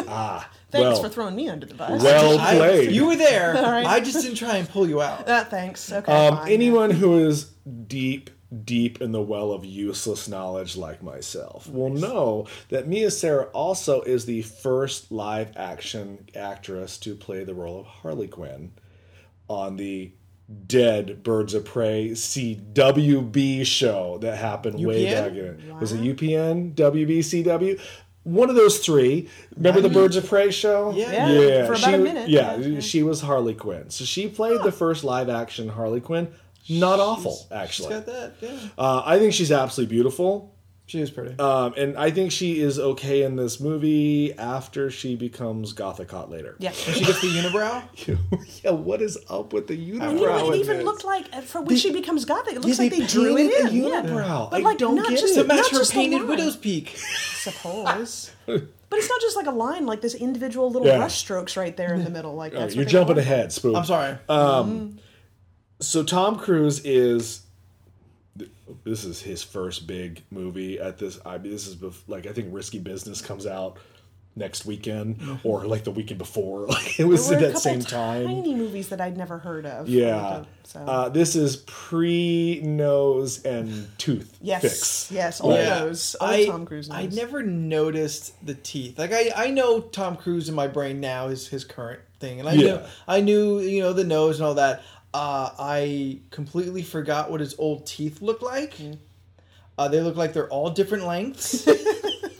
Speaker 1: Ah,
Speaker 3: Thanks
Speaker 1: well,
Speaker 3: for throwing me under the bus.
Speaker 1: well
Speaker 2: I-
Speaker 1: played.
Speaker 2: you were there.
Speaker 3: right.
Speaker 2: I just didn't try and pull you out.
Speaker 3: (laughs) Uh, thanks. Okay.
Speaker 1: um,
Speaker 3: fine.
Speaker 1: anyone who is deep, deep in the well of useless knowledge like myself will know that Mia Sarah also is the first live action actress to play the role of Harley Quinn on the dead Birds of Prey CWB show that happened way
Speaker 2: UPN?
Speaker 1: back in. Was it UPN, WB, CW? One of those three. Remember the Birds of Prey show?
Speaker 2: Yeah.
Speaker 3: Yeah, for about
Speaker 1: she,
Speaker 3: a minute.
Speaker 1: Yeah,
Speaker 3: Yeah.
Speaker 1: she was Harley Quinn. So she played the first live action Harley Quinn. Not awful,
Speaker 2: She's
Speaker 1: actually.
Speaker 2: got that. Yeah.
Speaker 1: uh, I think she's absolutely beautiful.
Speaker 2: She was pretty.
Speaker 1: Um, and I think she is okay in this movie after she becomes Gothic Hot later.
Speaker 3: (laughs) Yeah.
Speaker 2: she gets the unibrow.
Speaker 1: yeah, what is up with the unibrow?
Speaker 3: You know what
Speaker 1: in
Speaker 3: it even
Speaker 1: this?
Speaker 3: looked like uh, for when she becomes gothic. It looks
Speaker 1: Yeah,
Speaker 3: like
Speaker 1: they
Speaker 3: they, drew
Speaker 1: painted
Speaker 3: it
Speaker 1: a
Speaker 3: in. Yeah.
Speaker 1: unibrow.
Speaker 3: But
Speaker 1: I
Speaker 3: like
Speaker 1: don't
Speaker 3: not
Speaker 1: get
Speaker 3: just
Speaker 1: it.
Speaker 2: To
Speaker 1: To
Speaker 2: match
Speaker 3: not
Speaker 2: her
Speaker 3: just a
Speaker 2: painted
Speaker 3: line,
Speaker 2: widow's
Speaker 1: (laughs)
Speaker 2: peak.
Speaker 3: Suppose. But it's not just like a line, like this individual little
Speaker 1: Yeah.
Speaker 3: brush strokes right there in the middle. Like that's
Speaker 1: You're
Speaker 3: what they
Speaker 1: jumping
Speaker 3: call it.
Speaker 1: ahead, Spook.
Speaker 2: I'm sorry.
Speaker 1: so Tom Cruise is this is his first big movie at this I mean this is bef- like I think Risky Business comes out next weekend or like the weekend before (laughs) like it
Speaker 3: There
Speaker 1: was
Speaker 3: were
Speaker 1: at
Speaker 3: a
Speaker 1: that
Speaker 3: couple
Speaker 1: same time
Speaker 3: Tiny movies that I'd never heard of.
Speaker 1: yeah
Speaker 3: So
Speaker 1: uh, this is pre nose and tooth
Speaker 3: yes,
Speaker 1: fix
Speaker 3: yes, all
Speaker 2: Yeah.
Speaker 3: those, all
Speaker 2: I,
Speaker 3: Tom Cruise
Speaker 2: I
Speaker 3: movies.
Speaker 2: never noticed the teeth. Like I, I know Tom Cruise in my brain now is his current thing, and I knew,
Speaker 1: Yeah.
Speaker 2: I knew, you know, the nose and all that. Uh, I completely forgot what his old teeth looked like.
Speaker 3: Mm-hmm.
Speaker 2: Uh, they look like they're all different lengths. (laughs)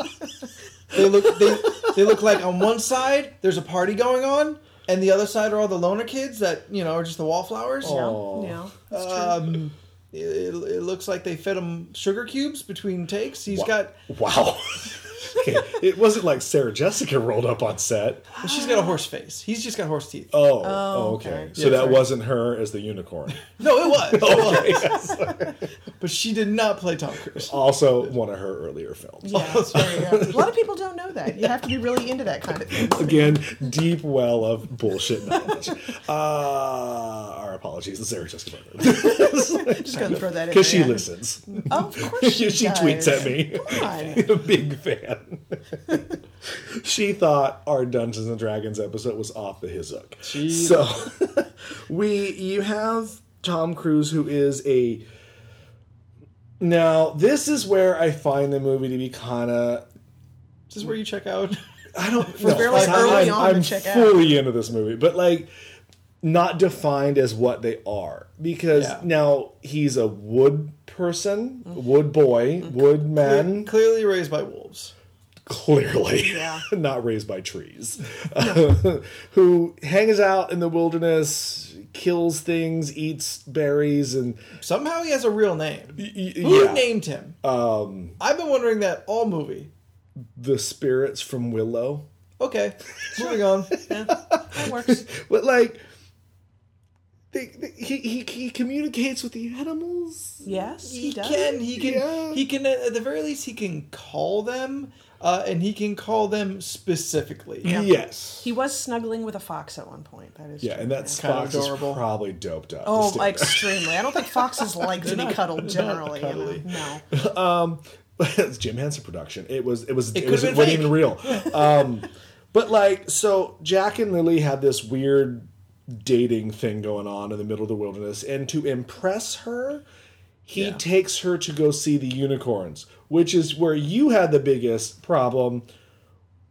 Speaker 2: they look, they, they look like on one side there's a party going on, and the other side are all the loner kids that you know are just the wallflowers.
Speaker 3: Oh,
Speaker 1: Aw.
Speaker 3: yeah, that's true.
Speaker 1: Uh.
Speaker 2: Um, it, it, it looks like they fed him sugar cubes between takes. He's got
Speaker 1: wow (laughs) Okay, it wasn't like Sarah Jessica rolled up on set.
Speaker 2: She's got a horse face. He's just got horse teeth.
Speaker 1: Oh,
Speaker 3: Oh,
Speaker 1: okay.
Speaker 3: okay.
Speaker 1: So
Speaker 2: Yeah,
Speaker 1: that
Speaker 2: sorry.
Speaker 1: wasn't her as the unicorn.
Speaker 2: No, it was. It was.
Speaker 1: Okay.
Speaker 2: But she did not play Tom Cruise.
Speaker 1: also, one of her earlier films.
Speaker 3: Yeah, there you
Speaker 1: (laughs)
Speaker 3: go. a lot of people don't know that. You have to be really into that kind of thing.
Speaker 1: Again, deep well of bullshit knowledge. Uh, our apologies to Sarah Jessica (laughs) Parker
Speaker 3: Just gonna throw
Speaker 1: (laughs)
Speaker 3: that in.
Speaker 1: because she
Speaker 3: there.
Speaker 1: listens.
Speaker 3: Oh, of course
Speaker 1: (laughs) She,
Speaker 3: she,
Speaker 1: she
Speaker 3: does.
Speaker 1: tweets at me.
Speaker 3: Come on.
Speaker 1: a (laughs) big fan. (laughs) she thought our Dungeons and Dragons episode was off the his hook.
Speaker 2: Jeez.
Speaker 1: So (laughs) we you have Tom Cruise who is a now this is where I find the movie to be kind of
Speaker 2: Is this where you check out? (laughs)
Speaker 1: I don't
Speaker 2: We're
Speaker 1: know.
Speaker 2: barely
Speaker 1: Like,
Speaker 3: early
Speaker 1: I'm,
Speaker 3: on to
Speaker 1: I'm
Speaker 3: check out.
Speaker 1: fully into this movie, but like not defined as what they are because
Speaker 2: Yeah.
Speaker 1: now he's a wood person, wood boy,
Speaker 3: Mm-hmm.
Speaker 1: wood man.
Speaker 2: Clearly raised by wolves.
Speaker 1: clearly
Speaker 3: Yeah.
Speaker 1: (laughs) not raised by trees (laughs) who hangs out in the wilderness kills things eats berries and
Speaker 2: Somehow he has a real name.
Speaker 1: y- y-
Speaker 2: Who
Speaker 1: yeah,
Speaker 2: named him? Um, I've been wondering that all movie.
Speaker 1: the spirits from willow
Speaker 2: Okay, moving on.
Speaker 1: (laughs)
Speaker 3: That works.
Speaker 1: but like they, they- he, he he communicates with the animals
Speaker 3: Yes,
Speaker 2: He
Speaker 3: he does.
Speaker 2: can, he can,
Speaker 1: Yeah.
Speaker 2: he can. uh, At the very least, he can call them, uh, and he can call them specifically.
Speaker 3: Yeah.
Speaker 1: yes
Speaker 3: He was snuggling with a fox at one point. That is
Speaker 1: yeah
Speaker 3: true.
Speaker 1: and that
Speaker 2: Kind of
Speaker 1: fox is
Speaker 2: adorable.
Speaker 1: probably doped up
Speaker 3: Oh,
Speaker 1: Just to-
Speaker 3: extremely. I don't think
Speaker 1: (laughs)
Speaker 3: foxes like to be cuddled
Speaker 2: they're not
Speaker 3: generally. you know.
Speaker 2: cuddly.
Speaker 3: No.
Speaker 1: (laughs) it's Jim Henson production. It was it was it,
Speaker 2: could've
Speaker 1: was,
Speaker 2: been
Speaker 1: it wasn't
Speaker 2: fake.
Speaker 1: even
Speaker 2: (laughs)
Speaker 1: real. Um, but like so, Jack and Lily had this weird dating thing going on in the middle of the wilderness, and to impress her, he
Speaker 2: Yeah.
Speaker 1: takes her to go see the unicorns, which is where you had the biggest problem.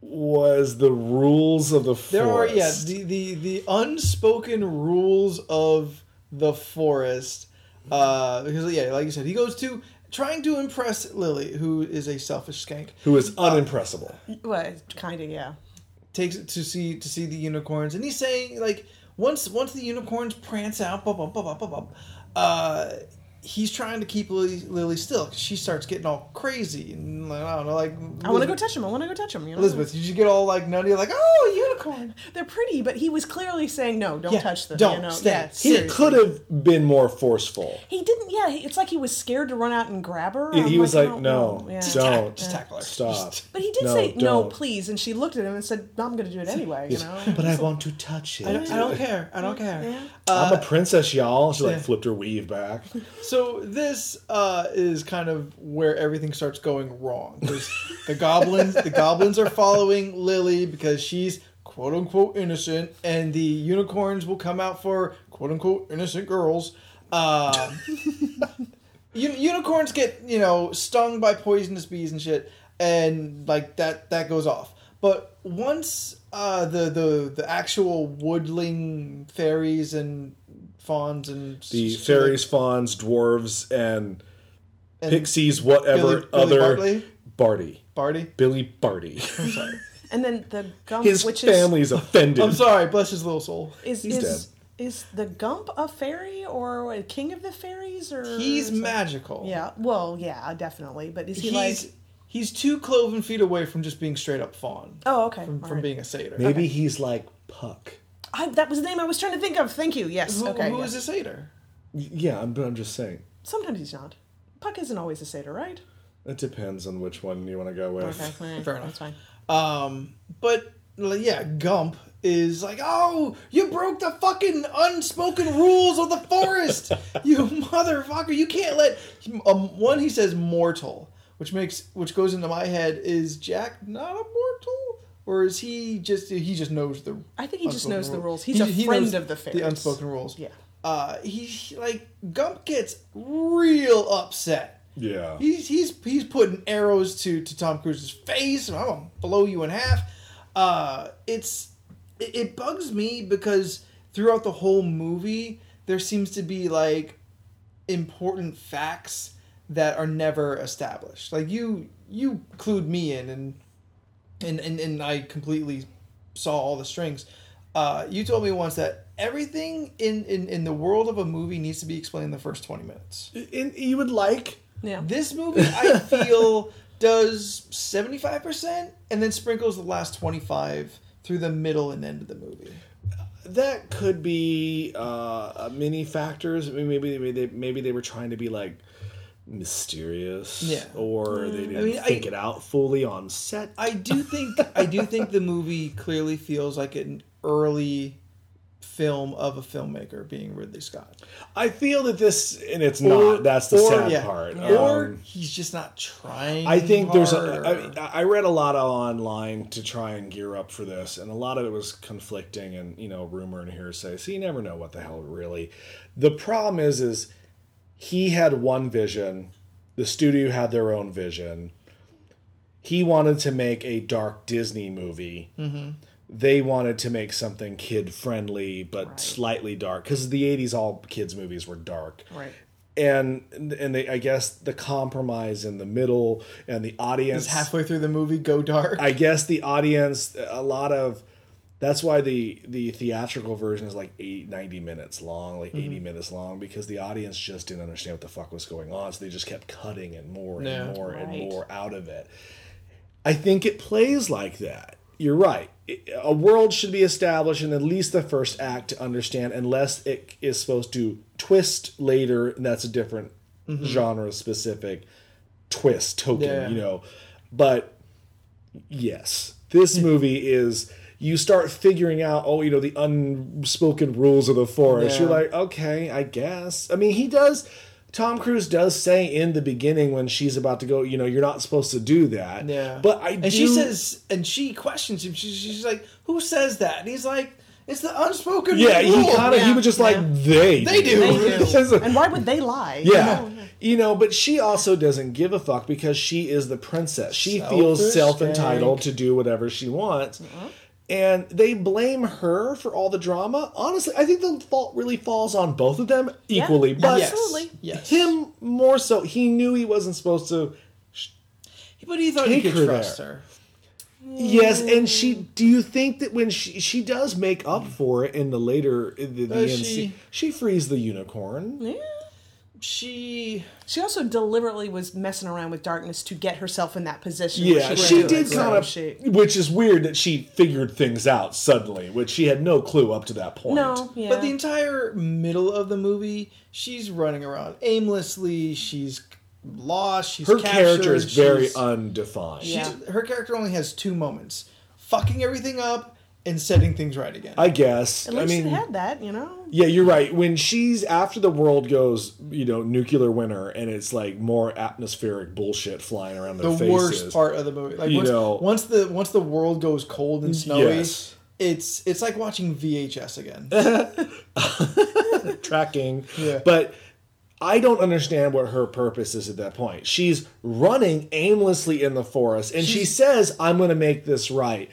Speaker 1: Was the rules of the forest?
Speaker 2: There are yeah the, the the unspoken rules of the forest uh, because yeah like you said he goes to trying to impress Lily who is a selfish skank
Speaker 1: who is
Speaker 2: uh,
Speaker 1: unimpressible?
Speaker 3: Well, kind of, yeah.
Speaker 2: takes it to see to see the unicorns and he's saying like once once the unicorns prance out blah blah blah blah blah, blah uh, he's trying to keep Lily, Lily still 'cause she starts getting all crazy and like, I don't know like
Speaker 3: I want to go touch him. I want to go touch him. You know?
Speaker 2: Elizabeth you should get all like nutty like oh unicorn
Speaker 3: They're pretty, but he was clearly saying, no, don't
Speaker 2: Yeah,
Speaker 3: touch them.
Speaker 2: don't,
Speaker 3: you know?
Speaker 2: stay. He
Speaker 3: Yeah,
Speaker 1: He
Speaker 3: seriously.
Speaker 1: could have been more forceful.
Speaker 3: He didn't, yeah. he- It's like he was scared to run out and grab her.
Speaker 1: He,
Speaker 3: I'm
Speaker 1: he was like,
Speaker 3: oh,
Speaker 1: "No,
Speaker 3: yeah.
Speaker 1: don't,
Speaker 2: just tackle her
Speaker 1: stop."
Speaker 2: Just-
Speaker 3: But he did
Speaker 1: No,
Speaker 3: say, no,
Speaker 1: don't."
Speaker 3: please. And she looked at him and said, no, I'm going
Speaker 1: (laughs)
Speaker 3: to do it anyway, you know?
Speaker 1: But I want to touch it.
Speaker 2: I don't, I don't care I don't care
Speaker 3: Yeah.
Speaker 1: I'm a princess, y'all. She like
Speaker 2: yeah.
Speaker 1: flipped her weave
Speaker 2: (laughs)
Speaker 1: back.
Speaker 2: So this uh, is kind of where everything starts going wrong. 'Cause the goblins, the goblins are following Lily because she's quote unquote innocent, and the unicorns will come out for quote unquote innocent girls. Uh, un- unicorns get you know stung by poisonous bees and shit, and like that that goes off. But once uh, the the the actual woodling fairies and fauns and
Speaker 1: The
Speaker 2: s-
Speaker 1: fairies, fauns, dwarves, and,
Speaker 2: and-
Speaker 1: pixies, whatever
Speaker 2: Billy- Billy
Speaker 1: other
Speaker 2: Bartley?
Speaker 1: Barty,
Speaker 2: Barty.
Speaker 1: Billy
Speaker 2: (laughs)
Speaker 1: Barty.
Speaker 3: And then the gump,
Speaker 1: His
Speaker 3: which
Speaker 1: family's offended.
Speaker 2: I'm sorry, bless his little soul.
Speaker 3: is, is,
Speaker 1: he's
Speaker 3: is, is the gump a fairy or a king of the fairies? or
Speaker 2: He's
Speaker 3: is it-
Speaker 2: magical.
Speaker 3: Yeah, well, yeah, definitely. But is he
Speaker 2: he's
Speaker 3: like,
Speaker 2: he's two cloven feet away from just being straight up fawn.
Speaker 3: oh, okay.
Speaker 2: from,
Speaker 3: all
Speaker 2: from
Speaker 3: right.
Speaker 2: being a satyr.
Speaker 1: Maybe he's like Puck.
Speaker 3: I, that was the name I was trying to think of. Thank you. Yes.
Speaker 2: Who,
Speaker 3: okay.
Speaker 2: who
Speaker 3: yeah.
Speaker 2: is a satyr?
Speaker 1: Y- Yeah, I'm, but I'm just saying.
Speaker 3: Sometimes he's not. Puck isn't always a satyr, right?
Speaker 1: It depends on which one you want to go with.
Speaker 3: Okay, all right,
Speaker 2: Fair enough.
Speaker 3: That's fine.
Speaker 2: Um, but like, yeah, Gump is like, oh, you broke the fucking unspoken rules of the forest, you motherfucker! You can't let um, one. He says mortal, which makes which goes into my head is Jack not a mortal, or is he just he just knows the
Speaker 3: I think he just
Speaker 2: unspoken
Speaker 3: knows the
Speaker 2: rules.
Speaker 3: rules. He's a
Speaker 2: he
Speaker 3: friend
Speaker 2: knows
Speaker 3: of the fairies.
Speaker 2: The unspoken rules.
Speaker 3: Yeah.
Speaker 2: Uh, he- he like Gump gets real upset.
Speaker 1: Yeah.
Speaker 2: He's he's he's putting arrows to to Tom Cruise's face, and I'm gonna blow you in half. Uh, it's it, it bugs me because throughout the whole movie, there seems to be like important facts that are never established. Like you you clued me in, and and and, and I completely saw all the strings. Uh, you told me once that everything in, in, in the world of a movie needs to be explained in the first 20 minutes
Speaker 1: And you would like
Speaker 3: Yeah.
Speaker 2: (laughs) this movie i feel does 75% and then sprinkles the last 25 through the middle and end of the movie.
Speaker 1: that could be uh, many factors. I mean, maybe maybe they maybe they were trying to be like mysterious,
Speaker 2: Yeah.
Speaker 1: or they didn't
Speaker 2: mean, I-
Speaker 1: think it out fully on set.
Speaker 2: I do think I do think the movie clearly feels like an early film of a filmmaker being Ridley Scott.
Speaker 1: I feel that this and it's
Speaker 2: Or-
Speaker 1: not. Ah, That's the
Speaker 2: or-
Speaker 1: sad
Speaker 2: yeah.
Speaker 1: part.
Speaker 2: Or
Speaker 1: Um,
Speaker 2: he's just not trying.
Speaker 1: I think there's
Speaker 2: harder.
Speaker 1: a. I, I read a lot online to try and gear up for this, and a lot of it was conflicting and you know rumor and hearsay. So you never know what the hell really. The problem is, is he had one vision. The studio had their own vision. He wanted to make a dark Disney movie. They wanted to make something kid friendly but slightly dark because the '80s all kids movies were dark
Speaker 3: Right.
Speaker 1: and and they, I guess the compromise in the middle and the audience.
Speaker 2: halfway through the movie go
Speaker 1: (laughs)
Speaker 2: dark.
Speaker 1: I guess the audience a lot of that's why the the theatrical version is like eight, 90 minutes long,
Speaker 2: Mm-hmm.
Speaker 1: like 80 minutes long because the audience just didn't understand what the fuck was going on, so they just kept cutting and more and
Speaker 2: Yeah.
Speaker 1: more and
Speaker 3: Right.
Speaker 1: more out of it. I think it plays like that. You're right. It- A world should be established in at least the first act to understand, unless it is supposed to twist later, and that's a different genre specific twist token,
Speaker 2: Mm-hmm. Yeah.
Speaker 1: you know. But yes,
Speaker 2: Hmm.
Speaker 1: this movie is you start figuring out, oh, you know, the unspoken rules of the forest.
Speaker 2: Yeah.
Speaker 1: You're like, okay, I guess. I mean, he does. Tom Cruise does say in the beginning when she's about to go, you know, you're not supposed to do that.
Speaker 2: Yeah.
Speaker 1: But I
Speaker 2: and
Speaker 1: do,
Speaker 2: she says, and she questions him. She, she's like, "Who says that?" And he's like, "It's the unspoken
Speaker 1: yeah,
Speaker 2: rule."
Speaker 1: he kind of he
Speaker 3: yeah,
Speaker 1: was just like
Speaker 3: yeah.
Speaker 1: they
Speaker 2: They
Speaker 1: (laughs)
Speaker 2: do.
Speaker 3: (laughs) They do.
Speaker 1: It's-
Speaker 3: and why would they lie?
Speaker 1: Yeah. You know, but she also doesn't give a fuck because she is the princess. She feels
Speaker 2: Selfish
Speaker 1: self entitled to do whatever she wants.
Speaker 2: Mm-hmm.
Speaker 1: And they blame her for all the drama. Honestly, I think the fault really falls on both of them
Speaker 3: Yeah,
Speaker 1: equally. But
Speaker 2: Yes.
Speaker 3: Absolutely.
Speaker 2: Yes.
Speaker 1: him more so. He knew he wasn't supposed to.
Speaker 2: But he thought he
Speaker 1: Take
Speaker 2: could
Speaker 1: her
Speaker 2: trust
Speaker 1: there.
Speaker 2: her.
Speaker 1: Yes, and she.
Speaker 2: Mm.
Speaker 1: Do you think that when she she does make up for it in the later in the, the
Speaker 2: Does
Speaker 1: end?
Speaker 2: she?
Speaker 1: She, she frees the unicorn.
Speaker 3: Yeah.
Speaker 2: She
Speaker 3: She also deliberately was messing around with darkness to get herself in that position. where
Speaker 1: Yeah,
Speaker 3: she,
Speaker 1: she
Speaker 3: couldn't do
Speaker 1: did
Speaker 3: it, so
Speaker 1: kind of,
Speaker 3: she-
Speaker 1: which is weird that she figured things out suddenly, which she had no clue up to that point.
Speaker 3: No, yeah.
Speaker 2: But the entire middle of the movie, she's running around aimlessly. She's lost. She's
Speaker 1: her
Speaker 2: captured,
Speaker 1: character is very
Speaker 2: she's-
Speaker 1: undefined.
Speaker 2: she-
Speaker 3: Yeah.
Speaker 2: Her character only has two moments: fucking everything up and setting things right again.
Speaker 1: I guess.
Speaker 3: at
Speaker 1: I
Speaker 3: least
Speaker 1: mean,
Speaker 3: it had that, you know.
Speaker 1: yeah, you're right. When she's after the world goes, you know, nuclear winter, and it's like more atmospheric bullshit flying around their
Speaker 2: the
Speaker 1: faces.
Speaker 2: worst part of the movie. Like
Speaker 1: You
Speaker 2: once,
Speaker 1: know.
Speaker 2: once the once the world goes cold and snowy,
Speaker 1: Yes.
Speaker 2: it's it's like watching
Speaker 1: (laughs)
Speaker 2: VHS again.
Speaker 1: tracking.
Speaker 2: Yeah.
Speaker 1: But I don't understand what her purpose is at that point. She's running aimlessly in the forest and she
Speaker 2: She's-
Speaker 1: says, I'm going to make this right.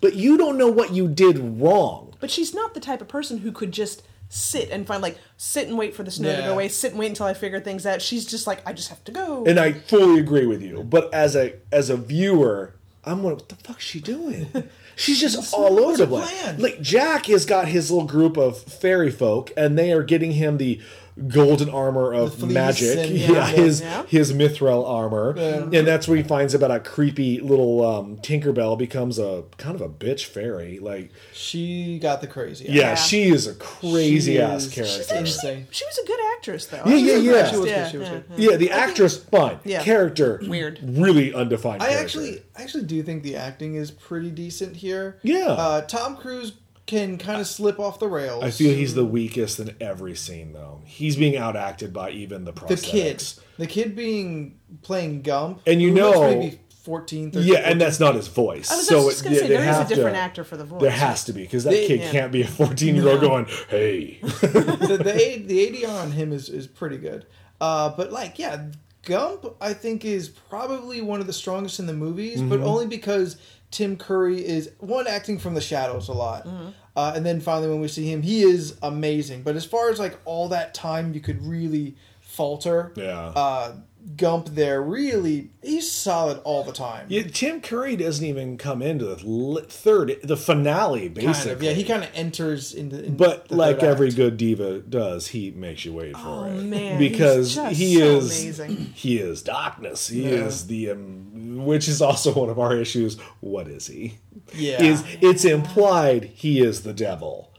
Speaker 1: But you don't know what you did wrong.
Speaker 3: But she's not the type of person who could just sit and find like sit and wait for the snow to
Speaker 2: Yeah.
Speaker 3: go away, sit and wait until I figure things out. She's just like, I just have to go.
Speaker 1: And I fully agree with you. But as a as a viewer, I'm like, what the fuck's she
Speaker 2: (laughs)
Speaker 1: doing? She's just all over the
Speaker 2: her
Speaker 1: place.
Speaker 2: plan?
Speaker 1: Like Jack has got his little group of fairy folk, and they are getting him the golden armor of
Speaker 2: fleece
Speaker 1: magic. (laughs)
Speaker 2: and-
Speaker 1: yeah,
Speaker 2: yeah,
Speaker 1: his
Speaker 3: yeah.
Speaker 1: his mithril armor, and that's where he finds about a creepy little um, Tinkerbell becomes a kind of a bitch fairy. Like,
Speaker 2: she got the crazy. eye.
Speaker 1: yeah, she is a crazy
Speaker 2: She
Speaker 1: ass
Speaker 2: is-
Speaker 1: character.
Speaker 2: She's insane.
Speaker 3: she was a good actress though.
Speaker 1: Yeah, yeah, yeah.
Speaker 2: She was good,
Speaker 3: Yeah,
Speaker 2: she was
Speaker 3: yeah,
Speaker 2: good.
Speaker 1: yeah, the actress, fine.
Speaker 3: Yeah.
Speaker 1: Character,
Speaker 3: Weird.
Speaker 1: Really undefined.
Speaker 2: I
Speaker 1: character.
Speaker 2: actually I actually do think the acting is pretty decent here.
Speaker 1: Yeah.
Speaker 2: Uh, Tom Cruise can kind of slip off the rails.
Speaker 1: I feel he's the weakest in every scene, though. He's being outacted by even the prosthetics.
Speaker 2: the kid, the kid being playing Gump,
Speaker 1: And you
Speaker 2: who looks
Speaker 1: know-
Speaker 2: maybe 14, 13,
Speaker 1: Yeah, and
Speaker 2: 14.
Speaker 1: that's not his voice.
Speaker 3: I was
Speaker 1: so
Speaker 3: just
Speaker 1: it,
Speaker 3: gonna
Speaker 1: they-
Speaker 3: say
Speaker 1: they
Speaker 3: there is a
Speaker 1: have to-
Speaker 3: different actor for the voice.
Speaker 1: There has to be because that
Speaker 2: They-
Speaker 1: kid
Speaker 3: yeah.
Speaker 1: can't be a fourteen-year-old
Speaker 3: No.
Speaker 1: going, "Hey."
Speaker 2: the, the, A- the ADR on him is, is pretty good. Uh, but like, yeah, Gump I think is probably one of the strongest in the movies, but
Speaker 1: Mm-hmm.
Speaker 2: only because Tim Curry is one acting from the shadows a lot.
Speaker 1: Mm-hmm.
Speaker 2: Uh, and then finally, when we see him, he is amazing. But as far as like all that time, you could really falter.
Speaker 1: Yeah.
Speaker 2: Uh, Gump there really he's solid all the time.
Speaker 1: Yeah, Tim Curry doesn't even come into the li- third, the finale, basically.
Speaker 2: Kind of, yeah, he kind of enters into. In
Speaker 1: But
Speaker 2: the
Speaker 1: like
Speaker 2: third
Speaker 1: every
Speaker 2: act.
Speaker 1: good diva does, he makes you wait for
Speaker 3: Oh,
Speaker 1: it.
Speaker 3: man, he's
Speaker 1: because
Speaker 3: just
Speaker 1: he
Speaker 3: so
Speaker 1: is
Speaker 3: amazing.
Speaker 1: he is darkness. He
Speaker 2: Yeah.
Speaker 1: is the um, which is also one of our issues. What is he?
Speaker 2: yeah,
Speaker 1: Is it's implied he is the devil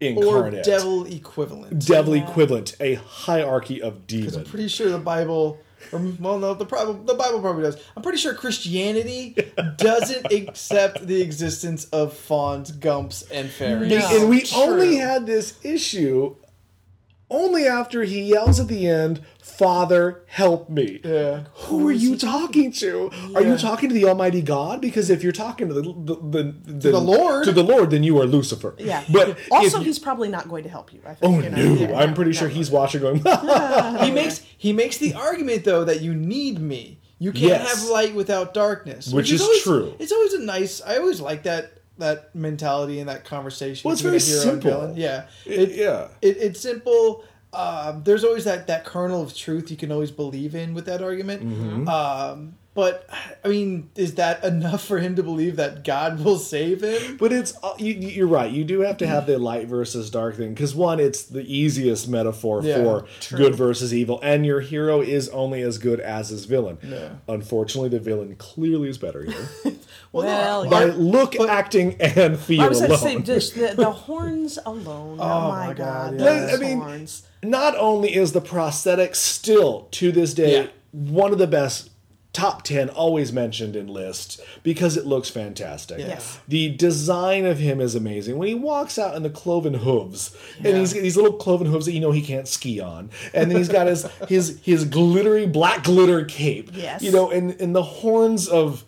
Speaker 2: or
Speaker 1: incarnate,
Speaker 2: devil equivalent.
Speaker 1: devil
Speaker 3: Yeah.
Speaker 1: equivalent, a hierarchy of
Speaker 2: Because I'm
Speaker 1: demon.
Speaker 2: pretty sure the Bible, or well, no, the Bible, the Bible probably does. I'm pretty
Speaker 1: (laughs)
Speaker 2: sure Christianity doesn't accept the existence of fawns, gumps, and fairies.
Speaker 3: No.
Speaker 1: and we
Speaker 2: True.
Speaker 1: only had this issue only after he yells at the end, "Father, help me."
Speaker 2: yeah,
Speaker 1: Who are you talking to? Are
Speaker 2: Yeah.
Speaker 1: you talking to the Almighty God? Because if you're talking to the the, the,
Speaker 2: the Lord.
Speaker 1: to the Lord, then you are Lucifer.
Speaker 3: Yeah.
Speaker 1: But
Speaker 3: also,
Speaker 1: if-
Speaker 3: he's probably not going to help you. I think.
Speaker 1: oh
Speaker 3: you
Speaker 1: no,
Speaker 3: know? Yeah,
Speaker 1: I'm
Speaker 3: no,
Speaker 1: pretty
Speaker 3: no.
Speaker 1: sure he's watching. Going, (laughs)
Speaker 2: he makes he makes the argument though that you need me. You can't
Speaker 1: Yes.
Speaker 2: have light without darkness,
Speaker 1: Which is
Speaker 2: always,
Speaker 1: true.
Speaker 2: It's always a nice. I always like that that mentality and that conversation.
Speaker 1: Well, it's
Speaker 2: between
Speaker 1: very
Speaker 2: a hero and
Speaker 1: simple.
Speaker 2: villain. Yeah, It-
Speaker 1: yeah,
Speaker 2: it, it's simple. Um, there's always that, that kernel of truth you can always believe in with that argument.
Speaker 1: Mm-hmm.
Speaker 2: Um, but I mean, is that enough for him to believe that God will save him?
Speaker 1: but it's uh, you, you- you're right. You do have to have the light versus dark thing because one, it's the easiest metaphor
Speaker 2: Yeah,
Speaker 1: for good versus evil, and your hero is only as good as his villain.
Speaker 2: Yeah.
Speaker 1: Unfortunately, the villain clearly is better
Speaker 3: (laughs)
Speaker 1: here
Speaker 3: Well,
Speaker 2: Well,
Speaker 1: by
Speaker 3: yeah.
Speaker 1: look, acting, and feel
Speaker 3: I was
Speaker 1: alone.
Speaker 3: gonna say just the, the horns
Speaker 1: (laughs)
Speaker 3: alone. oh, my
Speaker 2: my
Speaker 3: god,
Speaker 2: God,
Speaker 3: those
Speaker 1: yeah. I mean-
Speaker 3: horns.
Speaker 1: not only is the prosthetic still to this day
Speaker 2: Yeah.
Speaker 1: one of the best top 10 always mentioned in lists because it looks fantastic
Speaker 3: Yes.
Speaker 1: the design of him is amazing when he walks out in the cloven hooves and
Speaker 2: Yeah.
Speaker 1: he's got these little cloven hooves that you know he can't ski on and then he's got his (laughs) his his glittery black glitter cape
Speaker 3: Yes.
Speaker 1: you know and and the horns of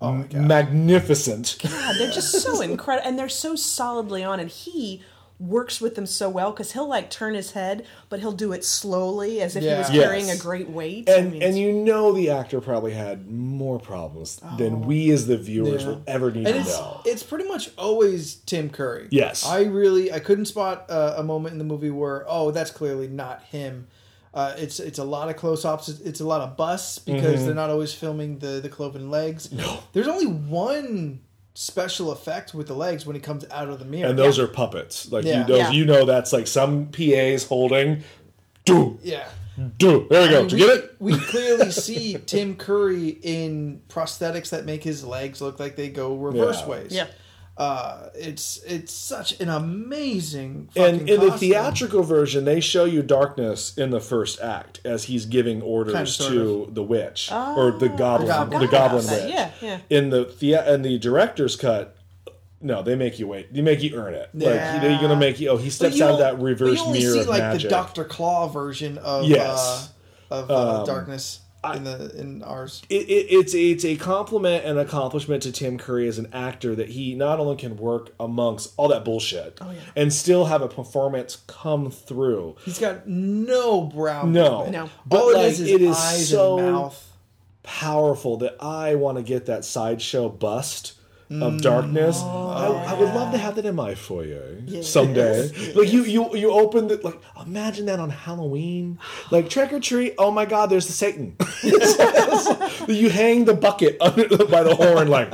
Speaker 2: Oh
Speaker 1: magnificent
Speaker 2: (laughs)
Speaker 3: God, they're just
Speaker 1: (laughs)
Speaker 3: so incredible, and they're so solidly on. And he works with them so well because he'll like turn his head, but he'll do it slowly as if he
Speaker 2: Yeah.
Speaker 3: was
Speaker 1: Yes.
Speaker 3: carrying a great weight. I
Speaker 1: and
Speaker 3: mean,
Speaker 1: and you know the actor probably had more problems than we as the viewers
Speaker 2: Oh. Yeah.
Speaker 1: will ever need
Speaker 2: And
Speaker 1: to
Speaker 2: it's
Speaker 1: know.
Speaker 2: it's pretty much always Tim Curry.
Speaker 1: Yes.
Speaker 2: I really I couldn't spot uh, a moment in the movie where oh that's clearly not him. Uh, it's it's a lot of close ups. It's a lot of busts because
Speaker 1: Mm-hmm.
Speaker 2: they're not always filming the the cloven legs. No, there's only one special effect with the legs when he comes out of the mirror.
Speaker 1: And those are puppets. Like
Speaker 2: Yeah.
Speaker 1: you know,
Speaker 3: Yeah.
Speaker 1: you know that's like some PA's holding. Do
Speaker 2: yeah.
Speaker 1: do. There you go.
Speaker 2: mean,
Speaker 1: Did you get it?
Speaker 2: we we
Speaker 1: (laughs)
Speaker 2: clearly see Tim Curry in prosthetics that make his legs look like they go reverse
Speaker 1: Yeah.
Speaker 2: ways.
Speaker 3: Yeah.
Speaker 2: Uh, it's it's such an amazing fucking
Speaker 1: And in the
Speaker 2: costume.
Speaker 1: theatrical version, they show you darkness in the first act as he's giving orders
Speaker 2: sort
Speaker 1: to the witch or the goblin,
Speaker 2: Ah, goblin.
Speaker 1: the goblin
Speaker 3: Goblin,
Speaker 1: witch.
Speaker 3: yeah, yeah.
Speaker 1: In the, the in the director's cut, no, they make you wait. They make you earn it.
Speaker 2: Yeah.
Speaker 1: Like they're gonna make you. Oh, he
Speaker 2: But
Speaker 1: steps
Speaker 2: you
Speaker 1: out of
Speaker 2: don't-
Speaker 1: that
Speaker 2: but
Speaker 1: reverse
Speaker 2: you only
Speaker 1: mirror
Speaker 2: see
Speaker 1: of
Speaker 2: like the
Speaker 1: magic.
Speaker 2: Doctor Claw version of
Speaker 1: Yes. Um,
Speaker 2: uh, of uh, darkness in the in ours.
Speaker 1: it, it, it's it's a compliment and accomplishment to Tim Curry as an actor that he not only can work amongst all that bullshit
Speaker 2: Oh,
Speaker 1: and still have a performance come through.
Speaker 2: He's got no brow.
Speaker 1: No.
Speaker 2: movement.
Speaker 3: No.
Speaker 1: But,
Speaker 2: all
Speaker 1: like,
Speaker 2: it is is
Speaker 1: it is
Speaker 2: eyes
Speaker 1: so-
Speaker 2: and mouth.
Speaker 1: Powerful that I want to get that sideshow bust
Speaker 2: Mm.
Speaker 1: of darkness.
Speaker 2: Oh,
Speaker 1: I, I would love to have that in my foyer someday. Like you you you open the like imagine that on Halloween. Like trick or treat, oh my god, there's the Satan. (laughs) you hang the bucket under the, by the horn like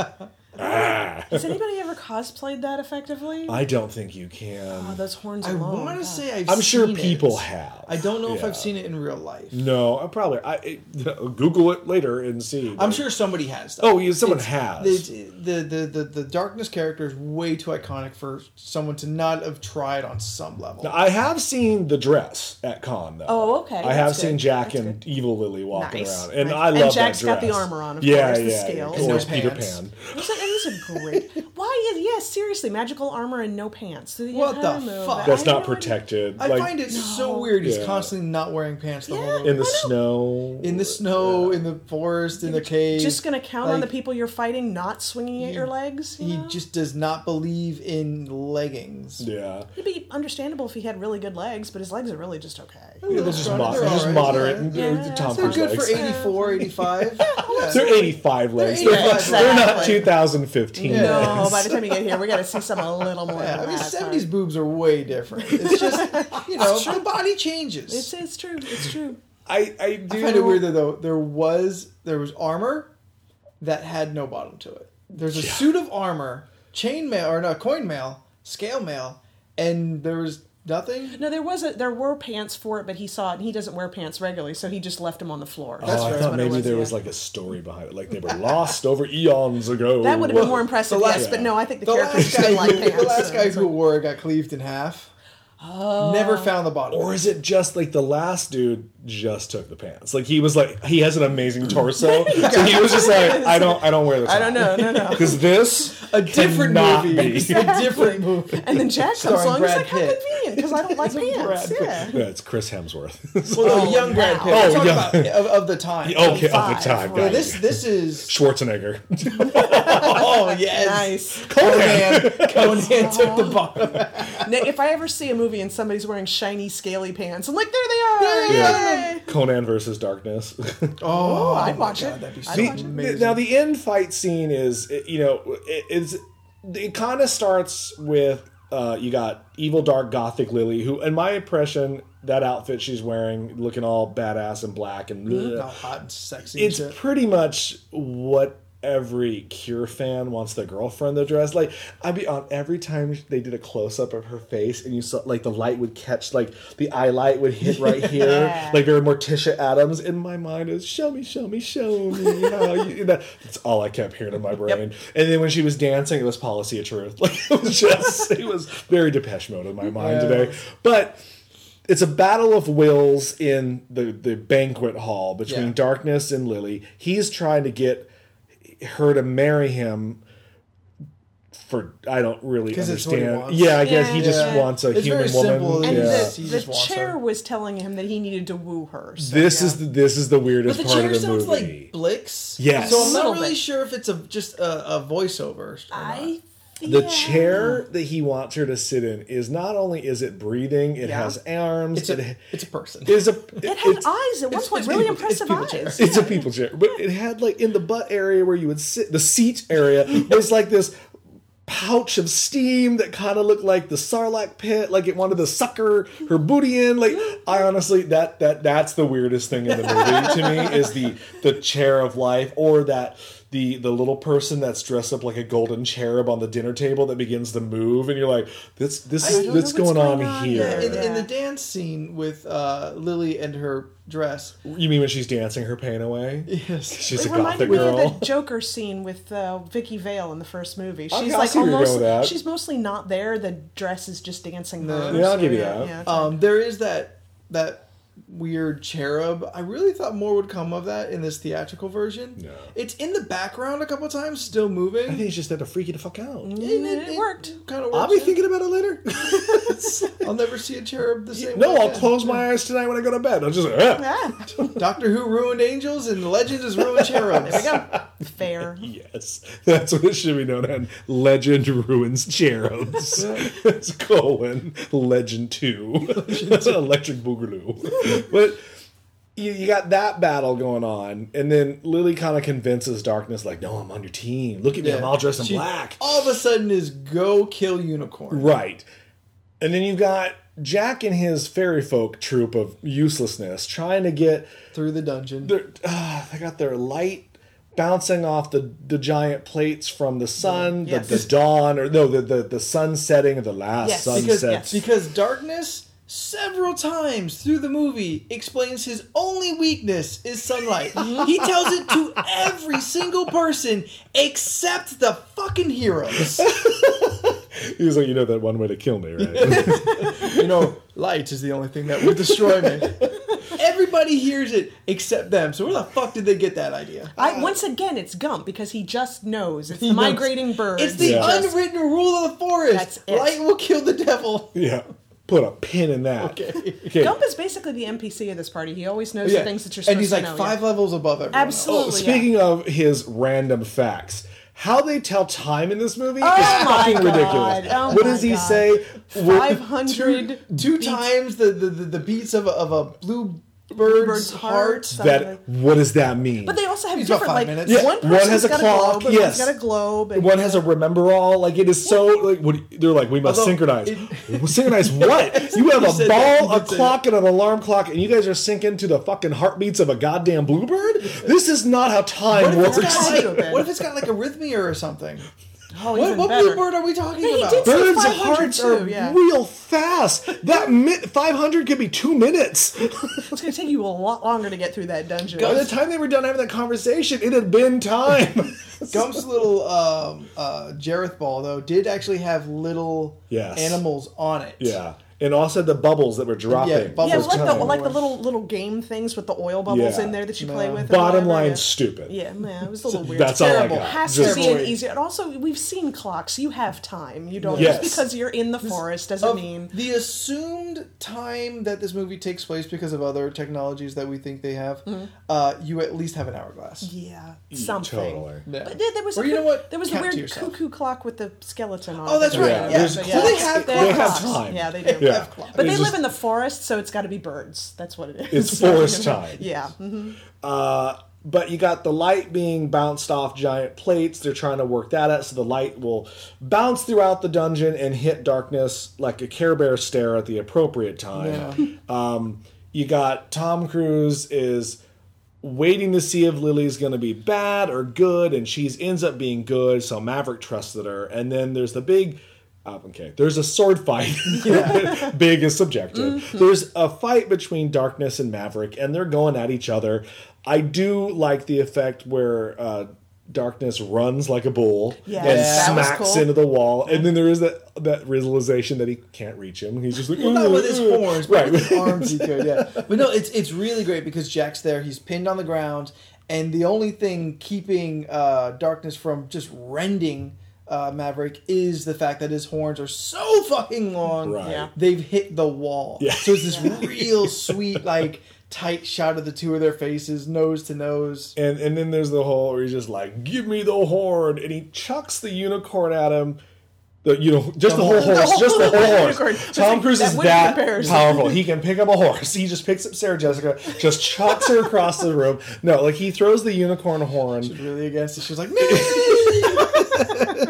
Speaker 1: ah.
Speaker 3: has anybody ever cosplayed that effectively?
Speaker 1: I don't think you can.
Speaker 3: oh, those horns
Speaker 2: I
Speaker 3: alone.
Speaker 2: want to
Speaker 3: God.
Speaker 2: say I've.
Speaker 1: I'm sure
Speaker 2: seen it.
Speaker 1: people have.
Speaker 2: I don't know if
Speaker 1: Yeah.
Speaker 2: I've seen it in real life.
Speaker 1: No, I probably. I it- Google it later and see.
Speaker 2: I'm sure somebody has. Though.
Speaker 1: Oh, yeah, someone has.
Speaker 2: The, the, the, the, the darkness character is way too iconic for someone to not have tried on some level.
Speaker 1: I have seen the dress at con though.
Speaker 3: Oh, okay.
Speaker 1: I have
Speaker 3: That's
Speaker 1: seen
Speaker 3: good.
Speaker 1: Jack
Speaker 3: That's
Speaker 1: and Evil Lily walking
Speaker 3: Nice.
Speaker 1: around, and
Speaker 3: Nice.
Speaker 1: I
Speaker 3: And
Speaker 1: love
Speaker 3: Jack's
Speaker 1: that
Speaker 3: got
Speaker 1: dress.
Speaker 3: the armor on, of
Speaker 1: yeah,
Speaker 3: course, the
Speaker 1: yeah, yeah,
Speaker 3: scales.
Speaker 1: Of
Speaker 3: And no
Speaker 1: course, Peter
Speaker 2: pants.
Speaker 1: Pan.
Speaker 3: It was a, it
Speaker 1: (laughs)
Speaker 3: was a great. Why is yeah? Seriously, magical armor and no pants. through
Speaker 2: What the
Speaker 3: entire movie.
Speaker 2: fuck?
Speaker 1: That's
Speaker 3: I
Speaker 1: not
Speaker 3: know, I know.
Speaker 1: protected.
Speaker 2: I
Speaker 1: like
Speaker 2: find it so weird. He's
Speaker 1: Yeah.
Speaker 2: constantly not wearing pants the whole
Speaker 3: Yeah.
Speaker 2: movie.
Speaker 1: in the
Speaker 3: I know.
Speaker 1: snow.
Speaker 2: in the snow, in the forest, in the cave.
Speaker 3: Just gonna count on the
Speaker 2: Like,
Speaker 3: people you're fighting not swinging at your legs. You
Speaker 2: He
Speaker 3: know?
Speaker 2: just does not believe in leggings.
Speaker 1: Yeah.
Speaker 3: It'd be understandable if he had really good legs, but his legs are really just okay.
Speaker 1: It was just,
Speaker 2: They're
Speaker 1: mod-
Speaker 2: all
Speaker 1: just
Speaker 2: right.
Speaker 1: moderate.
Speaker 2: Yeah.
Speaker 1: and
Speaker 3: Yeah.
Speaker 1: Tom
Speaker 2: They're
Speaker 1: Cruise
Speaker 2: good
Speaker 1: legs.
Speaker 2: for 84,
Speaker 3: (laughs)
Speaker 2: 85. Yeah.
Speaker 1: (laughs) They're 85 legs. They're,
Speaker 2: 85
Speaker 1: they're not
Speaker 3: legs.
Speaker 1: 2015
Speaker 2: Yeah.
Speaker 1: legs.
Speaker 3: No, by the time you get here, we gotta see some a little more.
Speaker 2: Yeah, I
Speaker 3: than
Speaker 2: mean,
Speaker 3: that.
Speaker 2: 70s
Speaker 3: (laughs)
Speaker 2: boobs are way different. It's just, you know, the body changes.
Speaker 3: It's, it's true. It's true.
Speaker 1: I I do
Speaker 2: I find it weird that though there was there was armor that had no bottom to it. There's a suit of armor, chain mail or no coin mail, scale mail, and there was nothing.
Speaker 3: No, there was a there were pants for it, but he saw it and he doesn't wear pants regularly, so he just left them on the floor.
Speaker 1: Oh,
Speaker 2: That's
Speaker 1: I
Speaker 2: right.
Speaker 1: thought
Speaker 3: what it
Speaker 1: maybe there
Speaker 3: yeah.
Speaker 1: was like a story behind it, like they were lost over eons ago.
Speaker 3: that would have been more impressive,
Speaker 2: the last-
Speaker 3: yes. But no, I think the,
Speaker 2: The
Speaker 3: characters
Speaker 2: last guy,
Speaker 3: didn't like
Speaker 2: who,
Speaker 3: pants.
Speaker 2: the last
Speaker 3: so
Speaker 2: guy
Speaker 3: it's
Speaker 2: who wore it got cleaved in half. Oh. Never found the bottom.
Speaker 1: Or is it just like the last dude just took the pants? Like he was like he has an amazing
Speaker 3: (laughs)
Speaker 1: torso, so he was just like I don't I don't wear this.
Speaker 3: I don't know, no, no.
Speaker 1: because this
Speaker 2: a different
Speaker 1: cannot
Speaker 2: movie.
Speaker 1: be.
Speaker 2: A
Speaker 3: (laughs)
Speaker 2: different movie. (laughs)
Speaker 3: And then Jack comes
Speaker 2: Starring
Speaker 3: along. He's
Speaker 2: Brad
Speaker 3: like, "How
Speaker 2: Pitt."
Speaker 3: convenient, because I
Speaker 2: (laughs)
Speaker 3: don't like pants."
Speaker 2: Brad
Speaker 3: Yeah.
Speaker 1: Yeah, it's Chris Hemsworth. (laughs)
Speaker 2: Well, no,
Speaker 3: Oh,
Speaker 2: young Brad
Speaker 3: wow.
Speaker 2: Pitt. We're
Speaker 1: Oh,
Speaker 2: talking
Speaker 1: yeah.
Speaker 2: about of, of the time.
Speaker 3: Oh.
Speaker 1: okay, all the
Speaker 3: Five.
Speaker 1: time.
Speaker 2: Yeah,
Speaker 1: got
Speaker 2: this
Speaker 1: you.
Speaker 2: this
Speaker 3: (laughs)
Speaker 2: is
Speaker 1: Schwarzenegger. (laughs)
Speaker 2: oh yes.
Speaker 3: Nice. (laughs)
Speaker 2: Conan Conan took the bottom.
Speaker 3: Now, if I ever see a movie and somebody's wearing shiny, scaly pants, I'm like, "There they are!"
Speaker 1: Yeah.
Speaker 3: Yay!
Speaker 1: Conan versus Darkness. (laughs)
Speaker 2: Oh,
Speaker 3: I'd
Speaker 2: my
Speaker 3: watch
Speaker 2: God,
Speaker 3: it.
Speaker 2: That'd be so
Speaker 3: I'd
Speaker 1: The-
Speaker 3: watch it.
Speaker 2: amazing.
Speaker 1: now the end fight scene is it- you know it, it's it kind of starts with uh, you got evil dark gothic Lily who in my impression that outfit she's wearing looking all badass and black and
Speaker 2: How
Speaker 1: bleh,
Speaker 2: hot and sexy.
Speaker 1: it's
Speaker 2: and shit.
Speaker 1: pretty much what every Cure fan wants their girlfriend to dress like. I'd be on every time they did a close up of her face, and you saw like the light would catch, like the eye light would hit right here, like very Morticia Adams. In my mind is show me, show me, show me. How you, you know, that's all I kept hearing in my brain. And then when she was dancing, it was Policy of Truth. (laughs) Like it was just, it was very Depeche Mode in my mind
Speaker 2: Yeah.
Speaker 1: today, but it's a battle of wills in the, the banquet hall between
Speaker 2: Yeah.
Speaker 1: darkness and lily he's trying to get her to marry him for i don't really
Speaker 2: 'Cause it's what he
Speaker 1: understand
Speaker 2: wants.
Speaker 1: yeah i guess he
Speaker 3: Yeah.
Speaker 1: just
Speaker 3: Yeah.
Speaker 1: wants a
Speaker 2: It's
Speaker 1: human
Speaker 2: very
Speaker 1: woman
Speaker 2: simple.
Speaker 3: And
Speaker 1: yeah.
Speaker 2: Yes,
Speaker 3: the,
Speaker 2: he
Speaker 3: the
Speaker 2: just wants
Speaker 3: chair
Speaker 2: her.
Speaker 3: was telling him that he needed to woo her. So,
Speaker 1: this
Speaker 3: yeah.
Speaker 1: is the, this is the weirdest
Speaker 2: But the
Speaker 1: part
Speaker 2: chair
Speaker 1: of the
Speaker 2: sounds
Speaker 1: movie
Speaker 2: like Blix.
Speaker 1: Yes.
Speaker 2: So I'm
Speaker 3: Little
Speaker 2: not really
Speaker 3: bit.
Speaker 2: sure if it's a just a, a voiceover. Or not.
Speaker 3: I feel
Speaker 1: the chair that he wants her to sit in is not only is it breathing it
Speaker 3: Yeah.
Speaker 1: has arms
Speaker 2: It's
Speaker 1: it (laughs)
Speaker 2: a it's a person.
Speaker 1: is a
Speaker 3: It had
Speaker 1: it's-
Speaker 3: eyes at one
Speaker 2: it's-
Speaker 3: point,
Speaker 2: it's
Speaker 3: really
Speaker 2: people- it's
Speaker 3: impressive
Speaker 2: people chair.
Speaker 3: eyes.
Speaker 1: It's a people chair, but it had like in the butt area where you would sit, the seat area was like this pouch of steam that kind of looked like the sarlacc pit, like it wanted to sucker her booty in. Like I honestly, that that that's the weirdest thing in the movie to me is the the chair of life or that. The, the little person that's dressed up like a golden cherub on the dinner table that begins to move and you're like this this
Speaker 3: I
Speaker 1: is
Speaker 3: don't
Speaker 1: what's
Speaker 3: know what's
Speaker 1: going on,
Speaker 3: going on
Speaker 1: here
Speaker 3: there.
Speaker 2: in, in
Speaker 3: Yeah.
Speaker 2: the dance scene with uh, Lily and her dress.
Speaker 1: you mean when she's dancing her pain away
Speaker 2: Yes.
Speaker 1: she's
Speaker 3: It
Speaker 1: a gothic
Speaker 3: reminded me
Speaker 1: girl
Speaker 3: of the Joker scene with uh, Vicky Vale in the first movie. She's
Speaker 1: Okay, Oh, I
Speaker 3: like
Speaker 1: see where you're going with that.
Speaker 3: almost she's mostly not there. The dress is just dancing. No.
Speaker 1: Yeah, I'll give you that.
Speaker 2: Um, there is that that weird cherub. I really thought more would come of that in this theatrical version.
Speaker 1: No.
Speaker 2: It's in the background a couple times,
Speaker 1: (laughs)
Speaker 2: still
Speaker 1: I
Speaker 2: moving.
Speaker 1: think he's just had to freak you the fuck out.
Speaker 3: it worked.
Speaker 2: Kind of
Speaker 1: I'll be
Speaker 2: works.
Speaker 1: thinking about it later.
Speaker 2: I'll never see a
Speaker 1: (laughs)
Speaker 2: cherub the same.
Speaker 1: no,
Speaker 2: way
Speaker 1: I'll
Speaker 2: again.
Speaker 1: close my eyes tonight when I go to bed. I'll just eh.
Speaker 3: Ah,
Speaker 2: Doctor Who ruined angels and Legend has
Speaker 3: (laughs)
Speaker 2: ruined cherubs.
Speaker 3: there we go. Fair.
Speaker 1: yes, (laughs) that's what it should be known as. Legend ruins cherubs. (laughs) it's colon legend two. (laughs) Electric boogaloo. but you, you got that battle going on, and then Lily kind of convinces Darkness, like, "No, I'm on your team. Look at me, I'm all dressed in
Speaker 2: She
Speaker 1: black."
Speaker 2: All of a sudden, is go kill unicorn.
Speaker 1: Right. And then you've got Jack and his fairy folk troop of uselessness trying to get
Speaker 2: Through the dungeon.
Speaker 1: their uh, they got their light bouncing off the, the giant plates from the sun,
Speaker 3: Yes.
Speaker 1: the, the dawn, or no, the, the, the sun setting, the last
Speaker 3: Yes.
Speaker 1: sunset.
Speaker 2: because,
Speaker 1: (laughs)
Speaker 3: Yes.
Speaker 2: because darkness several times through the movie explains his only weakness is sunlight he tells it
Speaker 3: (laughs)
Speaker 2: to every single person except the fucking heroes
Speaker 1: He was like, you know that one way to kill me,
Speaker 3: (laughs)
Speaker 1: right? (laughs)
Speaker 2: you know light is the only thing that will destroy me (laughs) everybody hears it except them so where the fuck did they get that idea
Speaker 3: I, once again, it's Gump because he just knows it's the migrating bird.
Speaker 2: it's the
Speaker 1: Yeah.
Speaker 2: unwritten rule of the forest
Speaker 3: That's it.
Speaker 2: light will kill the devil
Speaker 1: yeah. Put a pin in that.
Speaker 2: Okay.
Speaker 1: Okay.
Speaker 3: Gump is basically the NPC of this party. He always knows the things that you're supposed
Speaker 2: and he's
Speaker 3: to
Speaker 2: like
Speaker 3: know. yeah.
Speaker 2: five levels above everyone else. (laughs)
Speaker 3: Absolutely.
Speaker 1: Oh, speaking of his random facts, how they tell time in this movie is
Speaker 3: Oh my
Speaker 1: fucking
Speaker 3: God.
Speaker 1: ridiculous.
Speaker 3: Oh
Speaker 1: what
Speaker 3: my
Speaker 1: does he
Speaker 3: God.
Speaker 1: say? What-
Speaker 3: 500
Speaker 2: two times the, the, the, the beats of a, of a blue bird's,
Speaker 3: Bird's
Speaker 2: heart.
Speaker 3: heart.
Speaker 1: That what does that mean?
Speaker 3: But they also have
Speaker 2: He's about
Speaker 3: different
Speaker 2: five
Speaker 3: like
Speaker 2: minutes.
Speaker 1: Yeah,
Speaker 3: one
Speaker 1: one
Speaker 3: person's
Speaker 1: has a
Speaker 3: got
Speaker 1: clock,
Speaker 3: a globe, and
Speaker 1: yes.
Speaker 3: one's got a globe, and
Speaker 1: One has a remember all. Like it is so like what they're like. We must
Speaker 2: Although,
Speaker 1: synchronize.
Speaker 2: it-
Speaker 1: Well,
Speaker 2: (laughs)
Speaker 1: synchronize what? You have
Speaker 2: You
Speaker 1: a
Speaker 2: said that.
Speaker 1: ball,
Speaker 2: You
Speaker 1: a
Speaker 2: did say
Speaker 1: clock, and an alarm clock, and you guys are syncing to the fucking heartbeats of a goddamn bluebird. This is not how
Speaker 2: What
Speaker 1: time
Speaker 2: if,
Speaker 1: works.
Speaker 2: it's
Speaker 3: Works.
Speaker 2: got
Speaker 3: Could've been.
Speaker 2: like, what if it's got like arrhythmia or
Speaker 3: (laughs)
Speaker 2: something?
Speaker 3: oh,
Speaker 2: What,
Speaker 3: even
Speaker 2: what
Speaker 3: better.
Speaker 2: bluebird are we talking
Speaker 3: But he
Speaker 2: about?
Speaker 3: did say-
Speaker 1: Birds'
Speaker 3: 500
Speaker 1: hearts are
Speaker 3: too, yeah.
Speaker 1: real fast. That mi- 500 could be two minutes.
Speaker 3: It's going to take you a lot longer to get through that dungeon.
Speaker 1: By the time they were done having that conversation, it had been
Speaker 2: (laughs)
Speaker 1: time.
Speaker 2: Gump's little um, uh, Jareth ball though did actually have little
Speaker 1: Yes.
Speaker 2: animals on it.
Speaker 1: yeah. And also the bubbles that were dropping.
Speaker 2: bubbles
Speaker 3: yeah,
Speaker 1: was
Speaker 3: like the
Speaker 1: coming.
Speaker 3: like the little little game things with the oil bubbles
Speaker 1: Yeah.
Speaker 3: in there that you play
Speaker 2: No.
Speaker 3: with. and
Speaker 1: Bottom
Speaker 3: whatever,
Speaker 1: line,
Speaker 3: yeah.
Speaker 1: stupid.
Speaker 3: Yeah, man, it was
Speaker 1: (laughs)
Speaker 3: a little weird.
Speaker 1: That's all I
Speaker 2: terrible.
Speaker 1: got.
Speaker 3: Has
Speaker 1: Just-
Speaker 3: to be an
Speaker 2: Terrible.
Speaker 3: easier. And also, we've seen clocks. You have time. You don't
Speaker 1: Yes.
Speaker 3: just because you're in the forest doesn't
Speaker 2: Of
Speaker 3: mean.
Speaker 2: the assumed time that this movie takes place because of other technologies that we think they have, uh, you at least have an hourglass.
Speaker 3: Yeah, something.
Speaker 1: totally.
Speaker 2: Yeah.
Speaker 3: But there, there was
Speaker 2: Or
Speaker 3: a
Speaker 2: you know
Speaker 3: coo-
Speaker 2: what?
Speaker 3: There was a
Speaker 2: Count to
Speaker 3: weird (laughs)
Speaker 2: yourself.
Speaker 3: cuckoo clock with the skeleton on.
Speaker 2: Oh,
Speaker 3: it.
Speaker 2: that's
Speaker 3: Well,
Speaker 1: Yeah,
Speaker 2: right. Yeah,
Speaker 1: there's
Speaker 3: but
Speaker 2: Well, they
Speaker 3: it's-
Speaker 2: have-
Speaker 3: they
Speaker 2: they
Speaker 1: have
Speaker 3: clocks.
Speaker 1: time.
Speaker 3: Yeah, they do.
Speaker 1: Yeah.
Speaker 2: Have clocks.
Speaker 3: But they
Speaker 1: It's
Speaker 3: live
Speaker 1: just-
Speaker 3: in the forest, so it's got to be birds. That's what it is.
Speaker 1: It's forest time.
Speaker 3: (laughs) yeah. mhm.
Speaker 1: Uh, but you got the light being bounced off giant plates. They're trying to work that out so the light will bounce throughout the dungeon and hit darkness like a Care Bear stare at the appropriate (laughs) time. Um, you got Tom Cruise is waiting to see if Lily's going to be bad or good, and she ends up being good, so Maverick trusted her. And then there's the big. oh, okay, there's a sword fight. (laughs) big is subjective.
Speaker 2: Mm-hmm.
Speaker 1: There's a fight between Darkness and Maverick, and they're going at each other. I do like the effect where. Uh, Darkness runs like a bull
Speaker 3: Yeah,
Speaker 1: and
Speaker 3: that was
Speaker 1: smacks
Speaker 3: cool.
Speaker 1: into the wall, and then there is that that realization that he can't reach him. He's just like,
Speaker 2: Well, not with his
Speaker 1: "Ugh, ugh."
Speaker 2: horns, but
Speaker 1: right?
Speaker 2: with his arms Mm-hmm. (laughs) he could, yeah. But no, it's it's really great because Jack's there. He's pinned on the ground, and the only thing keeping uh, darkness from just rending uh, Maverick is the fact that his horns are so fucking long.
Speaker 1: Right.
Speaker 3: Yeah.
Speaker 2: They've hit the wall.
Speaker 1: Yeah.
Speaker 2: So it's this (laughs) real sweet, like tight shot of the two of their faces, nose to nose.
Speaker 1: And and then there's the whole where he's just like, "Give me the horn," and he chucks the unicorn at him. The you know just the, whole
Speaker 2: horn.
Speaker 1: horse,
Speaker 3: The
Speaker 1: just
Speaker 3: (laughs)
Speaker 1: the
Speaker 3: whole
Speaker 1: whole horse.
Speaker 3: unicorn. Just
Speaker 1: Tom
Speaker 3: like,
Speaker 1: Cruise
Speaker 3: that
Speaker 1: is
Speaker 3: wouldn't
Speaker 1: that
Speaker 3: compare. (laughs)
Speaker 1: powerful. He can pick up a horse. He just picks up Sarah Jessica, just chucks her across the room. No, like he throws the unicorn horn,
Speaker 2: Really against it. She was like,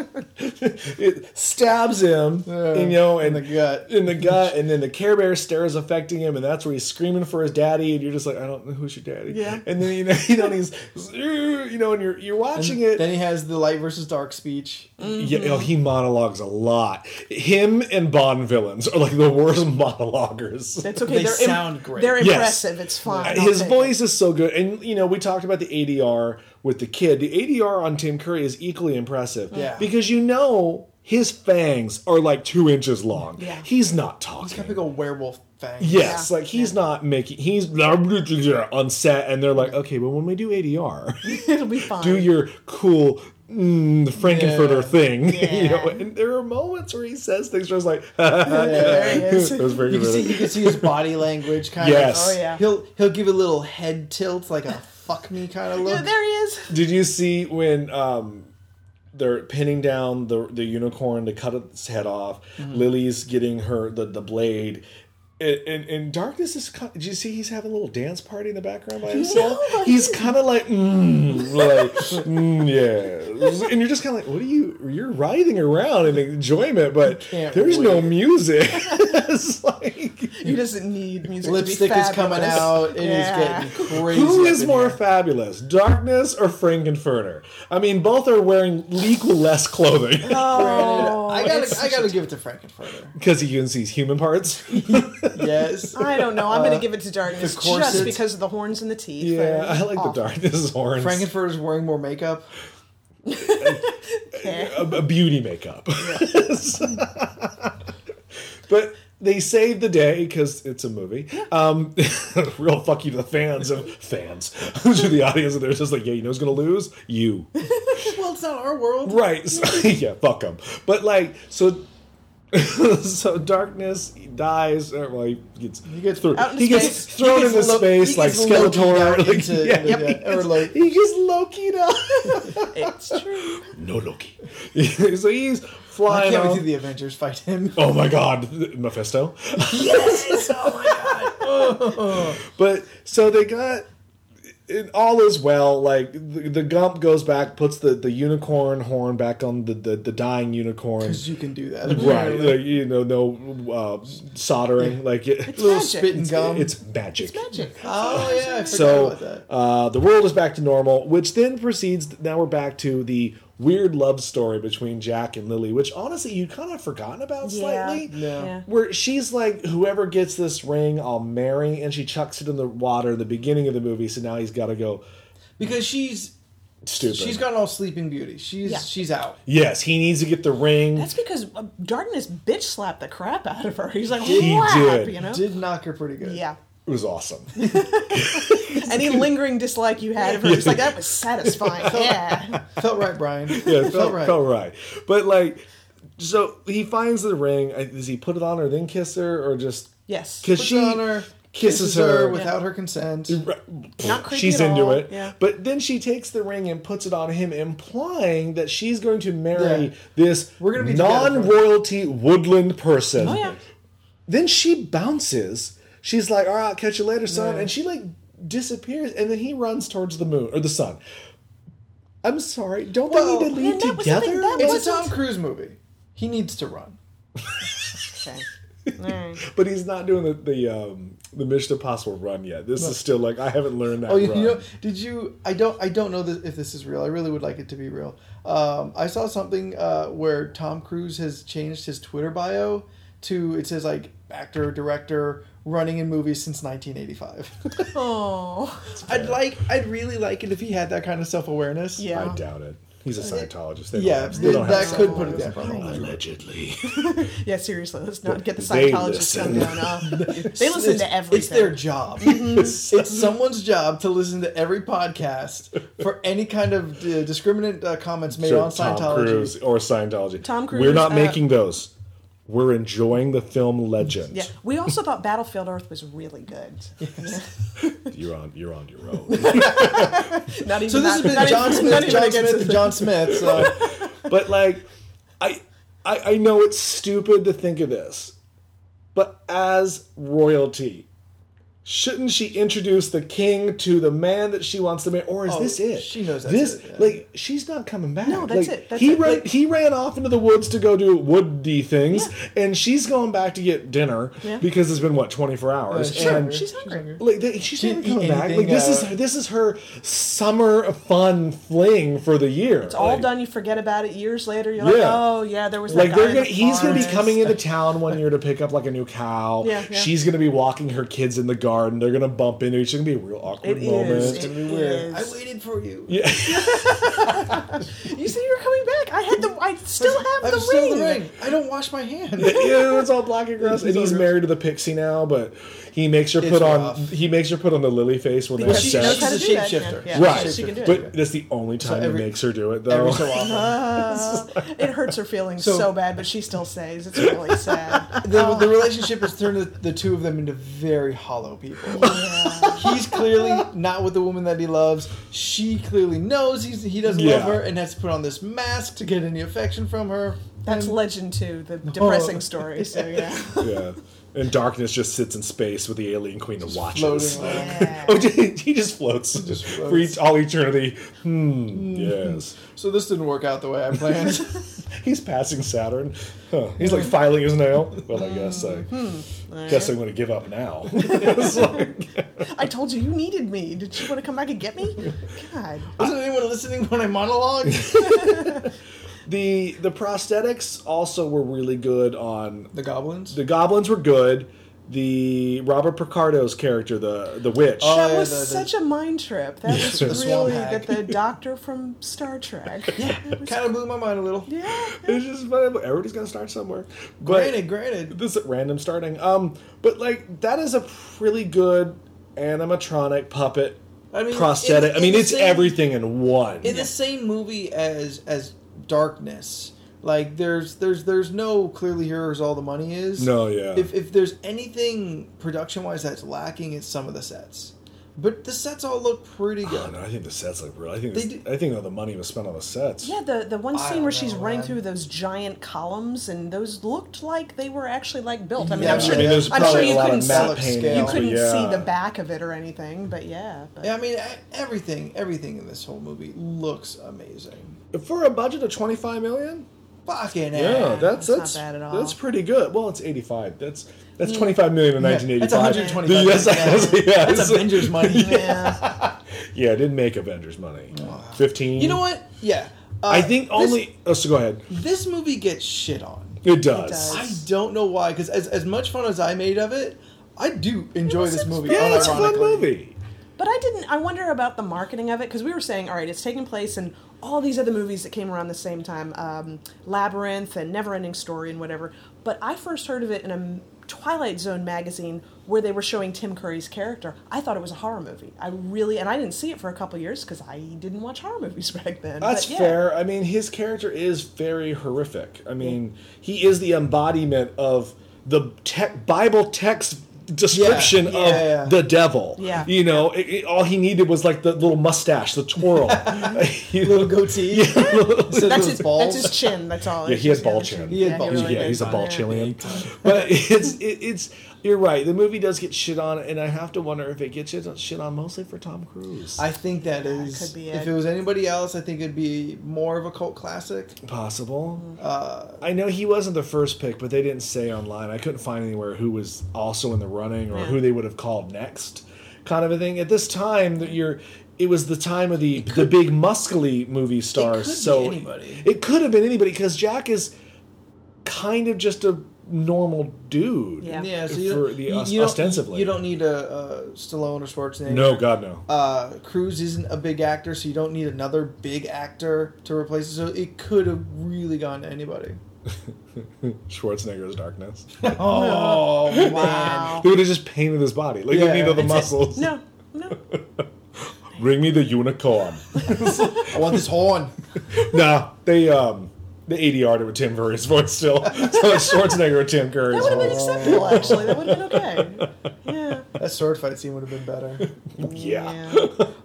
Speaker 2: (laughs)
Speaker 1: it stabs him, and, you know,
Speaker 2: in
Speaker 1: and
Speaker 2: the gut.
Speaker 1: in the gut, and then the Care Bear stare is affecting him, and that's where he's screaming for his daddy, and you're just like, I don't know who's your daddy.
Speaker 3: Yeah.
Speaker 1: And then you know, (laughs) you know, and he's, you know, and you're you're watching it.
Speaker 2: Then he has the light versus dark speech.
Speaker 1: Yeah, you know, he monologues a lot. Him and Bond villains are like the worst (laughs) monologuers.
Speaker 3: That's okay.
Speaker 2: They
Speaker 3: are
Speaker 2: sound great.
Speaker 3: They're
Speaker 1: Yes. Uh,
Speaker 3: impressive. It's fine. I'll
Speaker 1: His
Speaker 3: take
Speaker 1: voice is so good, and you know we talked about the ADR with the kid. The ADR on Tim Curry is equally impressive,
Speaker 2: Yeah.
Speaker 1: because you know his fangs are like two inches long.
Speaker 3: Yeah.
Speaker 1: he's not
Speaker 2: Got
Speaker 1: talking.
Speaker 2: big old werewolf fang.
Speaker 1: Yes,
Speaker 3: Yeah.
Speaker 1: like he's not making. He's (laughs) on set, and they're like, okay, but when we do ADR,
Speaker 3: it. (laughs) It'll be fine.
Speaker 1: do your cool mm, Frankenfurter
Speaker 2: Yeah.
Speaker 1: thing. (laughs) you
Speaker 3: Yeah.
Speaker 1: know, and there are moments where he says things where it's like, (laughs)
Speaker 3: There he is.
Speaker 1: It was very
Speaker 2: You can see
Speaker 1: good.
Speaker 2: you can see his body language kind
Speaker 1: Yes.
Speaker 2: of.
Speaker 1: Oh,
Speaker 3: yeah.
Speaker 2: He'll he'll give a little head tilt, like a fuck me kind of look.
Speaker 3: Yeah, there he is.
Speaker 1: Did you see when um, they're pinning down the the unicorn to cut its head off?
Speaker 2: Mm-hmm.
Speaker 1: Lily's getting her the, the blade. And, and, and darkness is. Kind, did you see he's having a little dance party in the background by himself?
Speaker 3: but
Speaker 1: he's kind of like, mm, like, mm, yeah. And you're just kind of like, what are you? You're writhing around in enjoyment, but
Speaker 2: Can't
Speaker 1: there's no
Speaker 2: wait.
Speaker 1: music. (laughs) it's like,
Speaker 3: He doesn't need music.
Speaker 2: Lipstick
Speaker 3: to be
Speaker 2: is coming
Speaker 3: fabulous.
Speaker 2: out. It is
Speaker 3: (laughs) Yeah.
Speaker 2: getting crazy.
Speaker 1: Who
Speaker 2: up
Speaker 1: is
Speaker 2: in
Speaker 1: more
Speaker 2: here.
Speaker 1: fabulous, Darkness or Frankenfurter? I mean, both are wearing legal less clothing (laughs)
Speaker 3: Oh,
Speaker 2: I gotta
Speaker 3: it's-
Speaker 2: I gotta give it to Frankenfurter.
Speaker 1: because he can see his human
Speaker 2: (laughs)
Speaker 1: parts.
Speaker 2: Yes.
Speaker 3: I don't know. I'm going to give it to darkness
Speaker 2: corset.
Speaker 3: just because of the horns and the
Speaker 1: (laughs)
Speaker 3: teeth.
Speaker 1: yeah,
Speaker 3: They're
Speaker 1: I like the
Speaker 3: awful.
Speaker 1: Darkness horns.
Speaker 2: Frankenfurter's wearing more makeup.
Speaker 1: (laughs) a, a beauty makeup. (laughs) but they saved the day because it's a movie. Um, (laughs) real fuck you to the fans of fans (laughs) to the audience. And they're just like, yeah, you know who's gonna lose? You.
Speaker 2: Well, it's not our world.
Speaker 1: Right. So, (laughs) yeah, fuck them. But like, so. (laughs) so darkness he dies. Or, well, he gets he
Speaker 2: gets
Speaker 1: through.
Speaker 3: out in
Speaker 1: he gets
Speaker 3: space.
Speaker 1: thrown
Speaker 2: He gets
Speaker 1: into
Speaker 2: lo-
Speaker 1: space
Speaker 2: he
Speaker 1: like
Speaker 2: gets Loki'd
Speaker 1: Skeletor. (laughs)
Speaker 2: out
Speaker 1: Like,
Speaker 2: into-
Speaker 1: yeah,
Speaker 2: yeah,
Speaker 1: he,
Speaker 2: or
Speaker 1: gets,
Speaker 2: lo-
Speaker 1: he gets Loki'd out.
Speaker 3: It's true.
Speaker 1: (laughs) no Loki. (laughs) so he's
Speaker 2: I
Speaker 1: flying.
Speaker 2: can't wait
Speaker 1: off.
Speaker 2: (laughs) to the Avengers fight him.
Speaker 1: oh my god, Mephisto!
Speaker 2: Yes. Oh my god.
Speaker 1: (laughs) But so they got it, all is well. Like the, the Gump goes back, puts the, the unicorn horn back on the, the, the dying unicorn.
Speaker 2: Because you can do that.
Speaker 1: Right, like, you know, no uh, soldering, like it,
Speaker 3: It's
Speaker 2: Little
Speaker 3: magic.
Speaker 2: spitting gum.
Speaker 1: it's magic.
Speaker 3: It's magic.
Speaker 2: oh, yeah. I forgot about
Speaker 1: So
Speaker 2: that.
Speaker 1: uh, the world is back to normal, which then proceeds. Now we're back to the weird love story between Jack and Lily, which honestly you kind of forgotten about
Speaker 3: Yeah.
Speaker 1: slightly.
Speaker 2: Yeah.
Speaker 3: Yeah.
Speaker 1: Where she's like, whoever gets this ring, I'll marry, and she chucks it in the water in the beginning of the movie. So now he's got to go
Speaker 2: Because she's
Speaker 1: stupid.
Speaker 2: she's gone all Sleeping Beauty. She's
Speaker 3: Yeah.
Speaker 2: she's out.
Speaker 1: Yes, he needs to get the ring.
Speaker 3: That's because uh, Darkness bitch slapped the crap out of her. He's like,
Speaker 1: He
Speaker 3: "Whap,"
Speaker 1: did.
Speaker 3: you know?
Speaker 2: Did knock her pretty good.
Speaker 3: Yeah.
Speaker 1: it was
Speaker 3: (laughs)
Speaker 1: awesome.
Speaker 3: Any lingering dislike you had of her, it's like, that was
Speaker 1: (laughs)
Speaker 3: satisfying. Yeah.
Speaker 2: Felt right, Brian.
Speaker 1: yeah, it felt, felt right. But like, so he finds the ring. I- Does he put it on her, then kiss her, or just
Speaker 3: Yes.
Speaker 1: because
Speaker 2: Puts
Speaker 1: she
Speaker 2: it on her,
Speaker 1: kisses her
Speaker 2: without her consent.
Speaker 3: Not creepy
Speaker 1: she's
Speaker 3: at
Speaker 1: into
Speaker 3: all.
Speaker 1: it.
Speaker 3: Yeah.
Speaker 1: But then she takes the ring and puts it on him, implying that she's going to marry
Speaker 2: Yeah.
Speaker 1: this
Speaker 2: We're gonna be together forever.
Speaker 1: non-royalty woodland person.
Speaker 3: Oh, yeah.
Speaker 1: Then she bounces. She's like, "All right, I'll catch you later, son,"
Speaker 2: Yeah.
Speaker 1: and she like disappears, and then he runs towards the moon or the sun. I'm sorry. Don't
Speaker 2: Well,
Speaker 1: they need to leave
Speaker 3: and that was something-
Speaker 1: together?
Speaker 3: that
Speaker 2: It's a
Speaker 3: wasn't-
Speaker 2: Tom Cruise movie. He needs to run.
Speaker 3: Okay. Alright.
Speaker 1: But he's not doing the the, um, the Mission Impossible run yet. This is still like I haven't learned that.
Speaker 2: Oh, you,
Speaker 1: run.
Speaker 2: you know, did you? I don't. I don't know that if this is real. I really would like it to be real. Um, I saw something uh, where Tom Cruise has changed his Twitter bio to it says like actor, director, running in movies since (laughs) 1985.
Speaker 3: Oh.
Speaker 2: I'd like. I'd really like it if he had that kind of self awareness.
Speaker 3: Yeah.
Speaker 1: I doubt it. He's a Scientologist. They don't
Speaker 2: Yeah,
Speaker 1: have- they don't
Speaker 2: that
Speaker 1: have
Speaker 2: could put
Speaker 1: Scientologists.
Speaker 2: it down. probably.
Speaker 1: Oh,
Speaker 3: (laughs)
Speaker 1: Allegedly.
Speaker 3: Yeah, seriously. Let's not get the
Speaker 1: They
Speaker 3: Scientologists
Speaker 1: listen.
Speaker 3: come down.
Speaker 2: (laughs)
Speaker 3: Uh, they listen to everything.
Speaker 2: It's their (laughs) job. it's someone's job to listen to every podcast for any kind of uh, discriminant uh, comments made
Speaker 1: Sure,
Speaker 2: on
Speaker 1: Tom Cruise
Speaker 2: Scientology.
Speaker 1: or Scientology.
Speaker 3: Tom Cruise,
Speaker 1: We're not
Speaker 3: uh,
Speaker 1: making those. We're enjoying the film Legend.
Speaker 3: Yeah. (laughs) We also thought Battlefield Earth was really good.
Speaker 2: (laughs)
Speaker 1: You're on. You're on your own.
Speaker 3: Not even
Speaker 2: So this has
Speaker 3: not- (laughs) not
Speaker 2: been John
Speaker 3: even-
Speaker 2: Smith,
Speaker 3: not even
Speaker 2: John
Speaker 3: against
Speaker 2: Smith, and John Smith. So.
Speaker 3: (laughs)
Speaker 1: but like, I, I, I know it's stupid to think of this, but as royalty. Shouldn't she introduce the king to the man that she wants to marry, or is
Speaker 2: Oh,
Speaker 1: this it?
Speaker 2: she knows that's
Speaker 1: this.
Speaker 2: it, yeah.
Speaker 1: Like she's not coming back.
Speaker 3: No, that's
Speaker 1: Like,
Speaker 3: it, that's
Speaker 1: he
Speaker 3: it,
Speaker 1: ran.
Speaker 3: like-
Speaker 1: he ran off into the woods to go do woody things, and she's going back to get dinner
Speaker 3: Yeah.
Speaker 1: because it's been what twenty four hours.
Speaker 2: Uh, Sure,
Speaker 1: and
Speaker 3: she's hungry.
Speaker 1: Like they, she's
Speaker 2: She
Speaker 1: never
Speaker 2: didn't
Speaker 1: coming
Speaker 2: eat
Speaker 1: back. Like
Speaker 2: anything,
Speaker 1: this
Speaker 2: uh,
Speaker 1: is this is her summer fun fling for the year.
Speaker 3: It's all
Speaker 1: like,
Speaker 3: done. You forget about it years later. You're like,
Speaker 1: Yeah.
Speaker 3: oh yeah, there was that
Speaker 1: Like
Speaker 3: guy
Speaker 1: they're
Speaker 3: in
Speaker 1: gonna,
Speaker 3: the
Speaker 1: he's gonna be
Speaker 3: forest."
Speaker 1: coming
Speaker 3: (laughs)
Speaker 1: into town one year to pick up like a new cow.
Speaker 3: Yeah, yeah.
Speaker 1: She's gonna be walking her kids in the garden. They're gonna bump into each. It's gonna be a real awkward
Speaker 3: It is.
Speaker 1: moment.
Speaker 3: It's gonna be weird.
Speaker 2: I waited for you.
Speaker 3: You see, you're coming back. I had the. I still have
Speaker 2: I'm
Speaker 3: the,
Speaker 2: still
Speaker 3: ring.
Speaker 2: the ring. I don't wash my hand.
Speaker 1: (laughs) yeah, it's all black and gross. And
Speaker 2: all
Speaker 1: he's
Speaker 2: gross.
Speaker 1: married to the pixie now, but he makes her
Speaker 2: It's
Speaker 1: put on
Speaker 2: rough.
Speaker 1: he makes her put on the lily face when they have
Speaker 2: Because
Speaker 3: she
Speaker 2: Yeah,
Speaker 3: knows
Speaker 1: sex.
Speaker 3: how to
Speaker 2: she's
Speaker 3: do
Speaker 2: a
Speaker 3: that.
Speaker 2: shapeshifter.
Speaker 3: Yeah,
Speaker 1: right,
Speaker 3: she can do it.
Speaker 1: but that's the only time
Speaker 2: every-
Speaker 1: he makes her do it though.
Speaker 2: Every so often. (laughs)
Speaker 3: Uh, it hurts her feelings so,
Speaker 2: So-
Speaker 3: bad, but she still says it's really
Speaker 2: (laughs)
Speaker 3: sad.
Speaker 1: Oh.
Speaker 2: the, the relationship has turned the, the two of them into very hollow people.
Speaker 3: Yeah.
Speaker 2: He's clearly not with the woman that he loves. She clearly knows he's, he doesn't
Speaker 1: Yeah.
Speaker 2: love her and has to put on this mask to get any affection from her.
Speaker 3: That's
Speaker 2: And-
Speaker 3: legend too. The
Speaker 2: (laughs)
Speaker 3: depressing
Speaker 2: Oh.
Speaker 3: story. So
Speaker 2: (laughs)
Speaker 3: yeah.
Speaker 1: yeah. And darkness just sits in space with the alien queen and watches.
Speaker 2: floating around.
Speaker 3: yeah.
Speaker 1: (laughs) Oh, he just floats, for
Speaker 2: floats.
Speaker 1: each, all eternity. Hmm. Yes,
Speaker 2: So this didn't work out the way I
Speaker 1: (laughs)
Speaker 2: planned.
Speaker 1: he's passing Saturn. Huh. He's like filing his nail. Well, I guess I
Speaker 2: Hmm.
Speaker 1: guess I'm going to give up now. (laughs) It's like-
Speaker 3: I told you you needed me. Did you want to come back and get me? God.
Speaker 2: Wasn't anyone listening when I
Speaker 1: (laughs)
Speaker 2: monologued?
Speaker 1: the the prosthetics also were really good on
Speaker 2: The goblins?
Speaker 1: the goblins were good. The Robert Picardo's character, the the witch.
Speaker 2: Oh,
Speaker 3: That
Speaker 2: yeah,
Speaker 3: was
Speaker 2: the- the-
Speaker 3: such a mind trip. That was
Speaker 1: The
Speaker 2: swamp
Speaker 3: really
Speaker 2: hag.
Speaker 3: that the doctor from Star Trek.
Speaker 2: (laughs)
Speaker 3: Yeah.
Speaker 2: kind of blew my mind a little.
Speaker 3: yeah.
Speaker 1: It's just funny. but Everybody's got to start somewhere. But
Speaker 2: Granted, granted.
Speaker 1: this is random starting. Um, but like that is a really good animatronic puppet
Speaker 2: I mean,
Speaker 1: prosthetic.
Speaker 2: in-
Speaker 1: I mean,
Speaker 2: in the
Speaker 1: it's
Speaker 2: same-
Speaker 1: everything in one.
Speaker 2: in the same movie as as darkness like there's there's there's no clearly here's all the money is
Speaker 1: No, yeah.
Speaker 2: if, if there's anything production wise that's lacking it's some of the sets But the sets all look pretty
Speaker 1: Oh,
Speaker 2: good.
Speaker 1: no, I think the sets look real. I think
Speaker 2: They
Speaker 1: this,
Speaker 2: do-
Speaker 1: I think all the money was spent on the sets.
Speaker 3: Yeah, the the one
Speaker 2: I
Speaker 3: scene
Speaker 2: don't
Speaker 3: where she's
Speaker 2: know,
Speaker 3: running
Speaker 2: man.
Speaker 3: through those giant columns and those looked like they were actually like built. I mean,
Speaker 2: Yeah,
Speaker 3: I'm sure
Speaker 1: I mean, there's
Speaker 3: I'm
Speaker 1: probably
Speaker 3: sure you
Speaker 1: a lot
Speaker 3: couldn't
Speaker 1: of matte
Speaker 2: see-
Speaker 1: paintings.
Speaker 2: you
Speaker 3: you couldn't
Speaker 1: but yeah.
Speaker 3: see the back of it or anything, but yeah. But
Speaker 2: Yeah, I mean e- everything, everything in this whole movie looks amazing.
Speaker 1: for a budget of 25 million.
Speaker 2: Fucking
Speaker 1: Yeah,
Speaker 2: A.
Speaker 1: that's
Speaker 3: that's not
Speaker 1: that's
Speaker 3: bad at all.
Speaker 1: that's pretty good. Well, it's 85. That's that's 25 million in
Speaker 2: Yeah,
Speaker 1: 1985. The US (laughs)
Speaker 2: That's 125.
Speaker 1: yeah,
Speaker 2: That's
Speaker 1: it's-
Speaker 2: Avengers money.
Speaker 3: yeah.
Speaker 1: Yeah, it didn't make Avengers money. 15.
Speaker 2: You know what? Yeah. Uh,
Speaker 1: I think only. Oh, so go ahead.
Speaker 2: this, this movie gets shit on.
Speaker 1: It does.
Speaker 3: does.
Speaker 2: I don't know why, because as, as much fun as I made of it, I do enjoy
Speaker 3: was
Speaker 2: this
Speaker 3: a
Speaker 2: movie.
Speaker 1: Yeah, it's a fun
Speaker 2: unironically.
Speaker 1: movie.
Speaker 3: But I didn't. I wonder about the marketing of it because we were saying, all right, it's taking place in all these other movies that came around the same time, um, Labyrinth and Neverending Story and whatever. But I first heard of it in a Twilight Zone magazine where they were showing Tim Curry's character. I thought it was a horror movie. I really, and I didn't see it for a couple years because I didn't watch horror movies (laughs) back then.
Speaker 1: That's
Speaker 3: But yeah.
Speaker 1: fair. I mean, his character is very horrific. I mean, he is the embodiment of the te- Bible text description
Speaker 2: Yeah,
Speaker 1: of
Speaker 2: yeah.
Speaker 1: the devil.
Speaker 3: Yeah.
Speaker 1: You know, it, it- all he needed was like the little mustache, the twirl.
Speaker 3: (laughs)
Speaker 1: (laughs) You know?
Speaker 2: Little
Speaker 1: (laughs)
Speaker 2: goatee. Instead of
Speaker 3: That's
Speaker 2: those
Speaker 3: his,
Speaker 2: balls.
Speaker 3: that's his chin. That's all.
Speaker 1: Yeah,
Speaker 3: It's
Speaker 1: he has
Speaker 3: just the
Speaker 1: ball
Speaker 3: other
Speaker 1: chin.
Speaker 2: He has
Speaker 3: Yeah,
Speaker 2: ball
Speaker 3: really
Speaker 2: chin.
Speaker 1: yeah,
Speaker 3: did.
Speaker 1: he's a ball
Speaker 3: (laughs) Yeah.
Speaker 1: Chilean. But it's it, it's you're right. The movie does get shit on, and I have to wonder if it gets shit on, shit on mostly for Tom Cruise.
Speaker 2: I think that is.
Speaker 3: could be
Speaker 2: if
Speaker 3: it.
Speaker 2: it was anybody else, I think it'd be more of a cult classic.
Speaker 3: Mm.
Speaker 1: Possible.
Speaker 2: Uh,
Speaker 1: I know he wasn't the first pick, but they didn't say online. I couldn't find anywhere who was also in the running or
Speaker 3: Yeah.
Speaker 1: who they would have called next, kind of a thing. At this time, that you're, it was the time of the the big muscly movie stars.
Speaker 2: could be
Speaker 1: so
Speaker 2: anybody.
Speaker 1: it could have been anybody because Jack is kind of just a normal dude.
Speaker 3: Yeah.
Speaker 2: yeah. so you,
Speaker 1: For
Speaker 2: don't-
Speaker 1: the
Speaker 2: you-
Speaker 1: os-
Speaker 2: you don't,
Speaker 1: ostensively.
Speaker 2: you don't need a, uh Stallone or Schwarzenegger.
Speaker 1: No, God no.
Speaker 2: Uh, Cruz isn't a big actor, so you don't need another big actor to replace it. So it could have really gone to anybody.
Speaker 1: Schwarzenegger's darkness.
Speaker 2: Oh
Speaker 3: (laughs) Wow.
Speaker 1: They would have just painted his body. Like
Speaker 2: Yeah.
Speaker 1: they need all the
Speaker 2: It's-
Speaker 1: muscles.
Speaker 3: No,
Speaker 1: (laughs)
Speaker 3: no.
Speaker 1: Bring me the unicorn.
Speaker 2: (laughs) I want this horn.
Speaker 1: nah, they um the ADR'd it with Tim Curry's (laughs) voice still. So it's Schwarzenegger with Tim
Speaker 3: That
Speaker 1: Curry's
Speaker 3: would have been
Speaker 1: voice.
Speaker 3: acceptable. Actually, that would have been
Speaker 1: (laughs)
Speaker 3: okay. Yeah.
Speaker 2: That sword fight scene would have been better.
Speaker 1: yeah.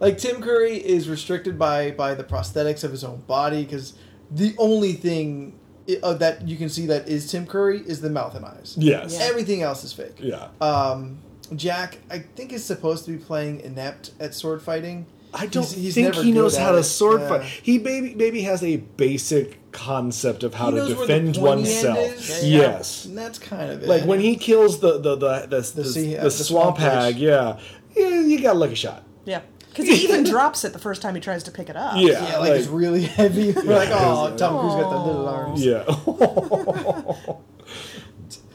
Speaker 2: Like Tim Curry is restricted by by the prosthetics of his own body because the only thing i- of that you can see that is Tim Curry is the mouth and eyes.
Speaker 1: Yes.
Speaker 3: Yeah.
Speaker 2: Everything else is fake.
Speaker 1: Yeah.
Speaker 2: Um, Jack, I think is supposed to be playing inept at sword fighting.
Speaker 1: I don't
Speaker 2: He's- he's
Speaker 1: think
Speaker 2: never
Speaker 1: he
Speaker 2: good
Speaker 1: knows
Speaker 2: at
Speaker 1: how to
Speaker 2: it.
Speaker 1: sword
Speaker 2: Yeah.
Speaker 1: fight. He maybe maybe has a basic concept of how
Speaker 2: He
Speaker 1: to
Speaker 2: knows where the
Speaker 1: defend
Speaker 2: pointy end
Speaker 1: oneself.
Speaker 2: is.
Speaker 3: Yeah, yeah.
Speaker 1: Yes.
Speaker 2: And that's kind of it.
Speaker 1: Like when he kills the the the the, the,
Speaker 2: sea-
Speaker 1: the
Speaker 2: uh, the
Speaker 1: swamp
Speaker 2: swamp
Speaker 1: hag,
Speaker 2: witch.
Speaker 1: yeah. Yeah, you got a lucky shot.
Speaker 3: Yeah, because (laughs) he even drops it the first time he tries to pick it up.
Speaker 1: Yeah.
Speaker 2: yeah, like, it's
Speaker 1: like-
Speaker 2: really (laughs) heavy. We're like, oh,
Speaker 1: it's-
Speaker 2: Tom Cruise got the little arms.
Speaker 1: Yeah. (laughs)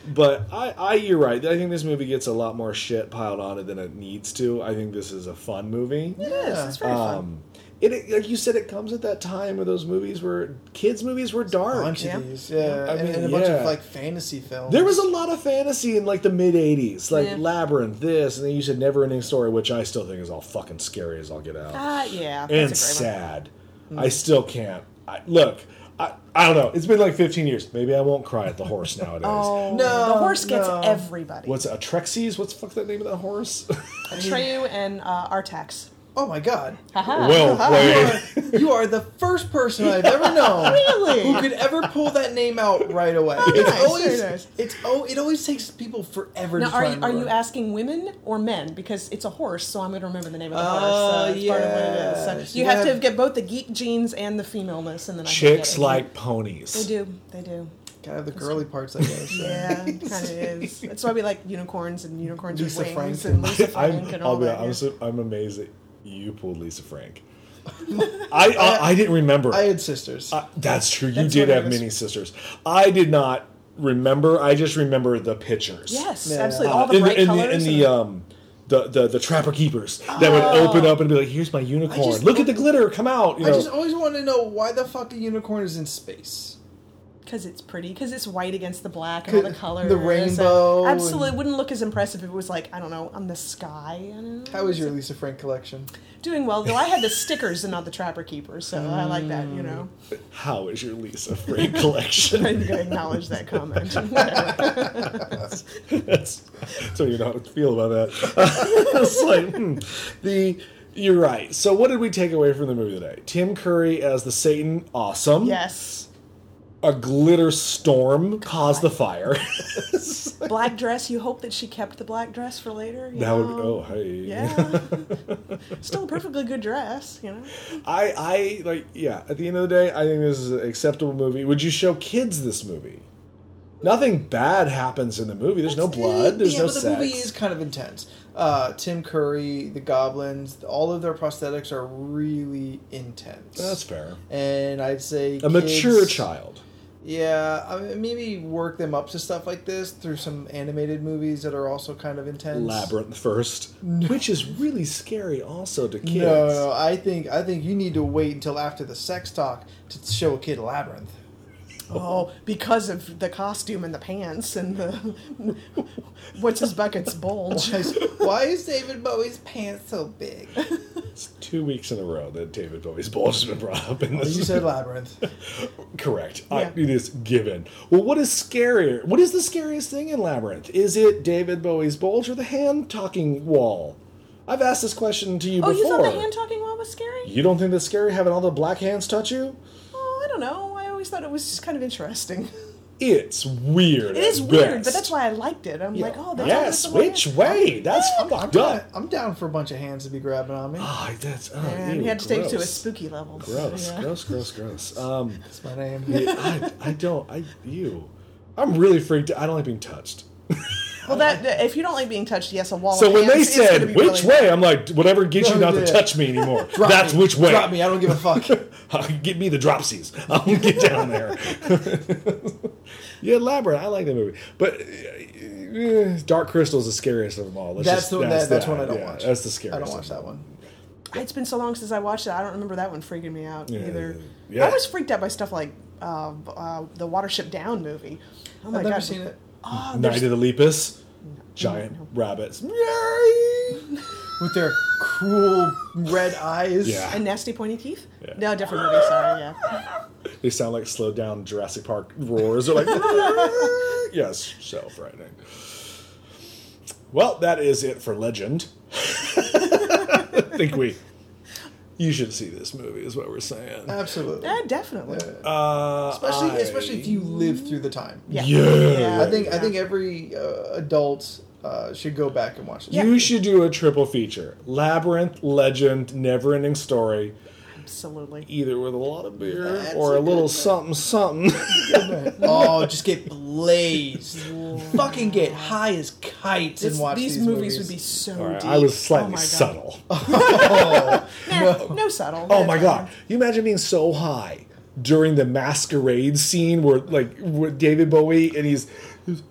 Speaker 1: but I, I, you're right. I think this movie gets a lot more shit piled on it than it needs to. I think this is a fun movie.
Speaker 3: it is. It's very fun.
Speaker 1: Um, it, it- like you said, it comes at that time of those movies where kids' movies were
Speaker 2: A
Speaker 1: dark.
Speaker 2: bunch
Speaker 3: Yeah.
Speaker 2: of these, yeah,
Speaker 1: I
Speaker 2: and,
Speaker 1: mean,
Speaker 2: and a bunch
Speaker 1: yeah.
Speaker 2: of like fantasy films.
Speaker 1: There was a lot of fantasy in like the mid '80s, like
Speaker 3: Yeah.
Speaker 1: Labyrinth, this, and then you said Neverending Story, which I still think is all fucking scary as all get out.
Speaker 3: Ah, yeah,
Speaker 1: and
Speaker 3: that's a great one. Hmm.
Speaker 1: sad. I still can't. I, look, I, I don't know. It's been like 15 years. Maybe I won't cry at the
Speaker 3: (laughs)
Speaker 1: horse nowadays.
Speaker 3: Oh,
Speaker 2: No,
Speaker 3: the horse gets
Speaker 2: no.
Speaker 3: everybody.
Speaker 1: What's it, Atrexes? What's the fuck's that name of that horse? (laughs)
Speaker 3: Uh-huh. Atreyu and uh, Artax.
Speaker 2: oh my god.
Speaker 3: Haha.
Speaker 1: well
Speaker 3: Uh-huh.
Speaker 1: played.
Speaker 2: You are the first person I've
Speaker 3: (laughs)
Speaker 2: ever known
Speaker 3: Really?
Speaker 2: who could ever pull that name out right away.
Speaker 3: Very
Speaker 2: It's
Speaker 3: nice,
Speaker 2: always
Speaker 3: very nice.
Speaker 2: it's oh it always takes people forever
Speaker 3: Now,
Speaker 2: to
Speaker 3: are
Speaker 2: try
Speaker 3: you,
Speaker 2: and
Speaker 3: are you
Speaker 2: remember.
Speaker 3: asking women or men? Because it's a horse, so I'm going to remember the name of the
Speaker 2: Oh,
Speaker 3: horse. so it's part of what it is.
Speaker 2: yes.
Speaker 3: So you
Speaker 2: You
Speaker 3: have to
Speaker 2: have-
Speaker 3: get both the geek genes and the femaleness, and then I can
Speaker 1: Chicks
Speaker 3: get it.
Speaker 1: like
Speaker 3: They
Speaker 1: ponies.
Speaker 3: do. They do.
Speaker 2: Gotta have the girly parts, I guess.
Speaker 3: (laughs) Yeah, kind of is. That's why we like unicorns and unicorns
Speaker 2: Lisa
Speaker 3: with wings
Speaker 2: Frank.
Speaker 3: and Lisa Frank
Speaker 1: (laughs) (laughs) I'm,
Speaker 3: and
Speaker 1: I'll
Speaker 3: all
Speaker 1: be
Speaker 3: that.
Speaker 1: honest, I'm,
Speaker 3: yeah.
Speaker 1: so, I'm amazed that you pulled Lisa
Speaker 3: (laughs)
Speaker 1: Frank. I, I I didn't remember.
Speaker 2: I had sisters.
Speaker 1: Uh, that's true. You
Speaker 3: Uh, That's
Speaker 1: did
Speaker 3: what I
Speaker 1: have
Speaker 3: was-
Speaker 1: mini sisters. I did not remember. I just remember the pictures.
Speaker 3: Yes,
Speaker 2: Yeah.
Speaker 3: absolutely.
Speaker 1: Uh,
Speaker 3: All the
Speaker 1: in
Speaker 3: bright
Speaker 1: the, in
Speaker 3: colors.
Speaker 1: the, in
Speaker 3: and- Oh.
Speaker 1: the um the, the the trapper keepers that would open up and be like, "Here's my unicorn.
Speaker 2: just-
Speaker 1: Look at the glitter. Come out." You
Speaker 2: I
Speaker 1: know.
Speaker 2: just always wanted to know why the fuck a unicorn is in space.
Speaker 3: because it's pretty, because it's white against the black and all the
Speaker 2: The
Speaker 3: colors.
Speaker 2: rainbow
Speaker 3: And absolutely,
Speaker 2: and-
Speaker 3: it wouldn't look as impressive if it was like I don't know on the sky. I don't know.
Speaker 2: How is your Lisa Frank collection?
Speaker 3: doing well though? I had the stickers and not the Trapper Keeper, so I like that. You know,
Speaker 1: How is your Lisa Frank (laughs)
Speaker 3: I
Speaker 2: Mm.
Speaker 1: collection?
Speaker 3: didn't acknowledge that comment. (laughs) Whatever.
Speaker 1: that's, (laughs) that's so you know how to feel about that. (laughs) it's like hmm, the you're right. So what did we take away from the movie today? Tim Curry as the Satan, awesome.
Speaker 3: yes,
Speaker 1: A glitter storm caused the fire. (laughs)
Speaker 3: black dress. You hope that she kept the black dress for later. you
Speaker 1: that would
Speaker 3: know?
Speaker 1: oh hey
Speaker 3: Yeah, still a perfectly good dress. You know.
Speaker 1: (laughs) I I like yeah. At the end of the day, I think this is an acceptable movie. Would you show kids this movie? Nothing bad happens in the movie. There's no blood. There's
Speaker 2: yeah,
Speaker 1: no
Speaker 2: but the
Speaker 1: sex.
Speaker 2: movie is kind of intense. Uh, Tim Curry, the goblins, all of their prosthetics are really intense.
Speaker 1: That's fair.
Speaker 2: and I'd say
Speaker 1: A mature
Speaker 2: kids-
Speaker 1: child.
Speaker 2: Yeah, I mean, maybe work them up to stuff like this through some animated movies that are also kind of intense.
Speaker 1: Labyrinth first, which is really scary also to kids.
Speaker 2: No, no, no, I think I think you need to wait until after the sex talk to show a kid labyrinth.
Speaker 3: Oh, because of the costume and the pants and the (laughs) what's his bucket's bulge.
Speaker 2: Guys, Why is David Bowie's pants
Speaker 1: (laughs)
Speaker 2: so big?
Speaker 1: It's two weeks in a row that David Bowie's bulge has been brought up
Speaker 3: Oh,
Speaker 1: in this.
Speaker 2: You said labyrinth.
Speaker 1: correct. I,
Speaker 3: Yeah.
Speaker 1: it is given. Well, what is scarier? What is the scariest thing in Labyrinth? Is it David Bowie's bulge or the hand talking wall? I've asked this question to you
Speaker 3: Oh, you
Speaker 1: before.
Speaker 3: thought the hand talking wall was scary?
Speaker 1: You don't think that's scary having all the black hands touch you?
Speaker 3: Oh, I don't know. I always thought it was just kind of interesting.
Speaker 1: It's weird.
Speaker 3: It is
Speaker 1: at
Speaker 3: weird, but
Speaker 1: best.
Speaker 3: that's why I liked it. I'm like, oh, that's
Speaker 1: Yes,
Speaker 3: that's the Ah, way it
Speaker 1: which
Speaker 3: is.
Speaker 1: way? That's
Speaker 2: I'm
Speaker 1: fucked
Speaker 2: down,
Speaker 1: up.
Speaker 2: I'm down for a bunch of hands to be
Speaker 1: (gasps)
Speaker 2: grabbing on me.
Speaker 1: Ah, that's. Oh,
Speaker 3: And
Speaker 1: ew,
Speaker 3: you had to take it to a
Speaker 1: gross.
Speaker 3: spooky level.
Speaker 1: Gross,
Speaker 3: Yeah.
Speaker 1: gross, gross, gross. Um,
Speaker 2: That's my name.
Speaker 1: I, I don't. I you. I'm really freaked. out. I don't like being touched.
Speaker 3: Well, that uh, if you don't like being touched, yes, a wall.
Speaker 1: So
Speaker 3: of
Speaker 1: when they
Speaker 3: hands is
Speaker 1: said
Speaker 3: gonna be
Speaker 1: which
Speaker 3: really-
Speaker 1: way, I'm like, whatever gets you
Speaker 2: Oh,
Speaker 1: not to
Speaker 2: yeah.
Speaker 1: touch me anymore.
Speaker 2: (laughs) Drop
Speaker 1: that's
Speaker 2: me.
Speaker 1: which way. (laughs) Uh,
Speaker 2: Drop me. I don't give a fuck.
Speaker 1: Get me the dropsies. (laughs) I'll get down there. (laughs) yeah, Labyrinth. I like that movie, but uh, Dark Crystal is the scariest of them all. Let's
Speaker 2: That's
Speaker 1: just-
Speaker 2: the one. That, that's
Speaker 1: that.
Speaker 2: one I don't
Speaker 1: Yeah,
Speaker 2: watch.
Speaker 1: That's the
Speaker 2: I
Speaker 1: scariest.
Speaker 2: don't watch
Speaker 1: of
Speaker 2: that
Speaker 1: them all.
Speaker 2: one.
Speaker 3: It's been so long since I watched it. I don't remember that one freaking me out
Speaker 1: Yeah,
Speaker 3: either.
Speaker 1: yeah.
Speaker 3: I was freaked out by stuff like uh, uh, the Watership Down movie. Oh my
Speaker 2: I've never
Speaker 3: gosh.
Speaker 2: seen it
Speaker 3: Oh,
Speaker 1: Night
Speaker 3: there's-
Speaker 1: of the Lepus. Giant rabbits.
Speaker 2: with their cruel red eyes.
Speaker 1: Yeah.
Speaker 3: And nasty pointy teeth?
Speaker 1: Yeah.
Speaker 3: No, different movie. Sorry, yeah.
Speaker 1: They sound like slowed down Jurassic Park roars. They're like, (laughs) yes, so frightening. Well, that is it for Legend. (laughs) I think we. You should see this movie, is what we're saying.
Speaker 2: Absolutely.
Speaker 3: Eh, definitely.
Speaker 1: Uh,
Speaker 2: Especially,
Speaker 1: I-
Speaker 2: especially if you live through the time.
Speaker 3: Yeah.
Speaker 1: Yeah.
Speaker 2: I think I think every uh, adult uh, should go back and watch this.
Speaker 1: You should do a triple feature Labyrinth, Legend, Never Ending Story,
Speaker 3: absolutely.
Speaker 1: either with a lot of beer
Speaker 2: That's
Speaker 1: or
Speaker 2: a
Speaker 1: a little
Speaker 2: good
Speaker 1: something
Speaker 2: one.
Speaker 1: something.
Speaker 3: (laughs)
Speaker 2: oh, just get blazed. Fucking get high as kites
Speaker 3: This-
Speaker 2: and watch
Speaker 3: these,
Speaker 2: these,
Speaker 3: movies, would be so
Speaker 1: All right,
Speaker 3: deep.
Speaker 1: I was
Speaker 3: Oh
Speaker 1: slightly
Speaker 3: my God.
Speaker 1: subtle.
Speaker 3: Nah, no. subtle.
Speaker 1: Oh my god! You imagine being so high during the masquerade scene where like with David Bowie and he's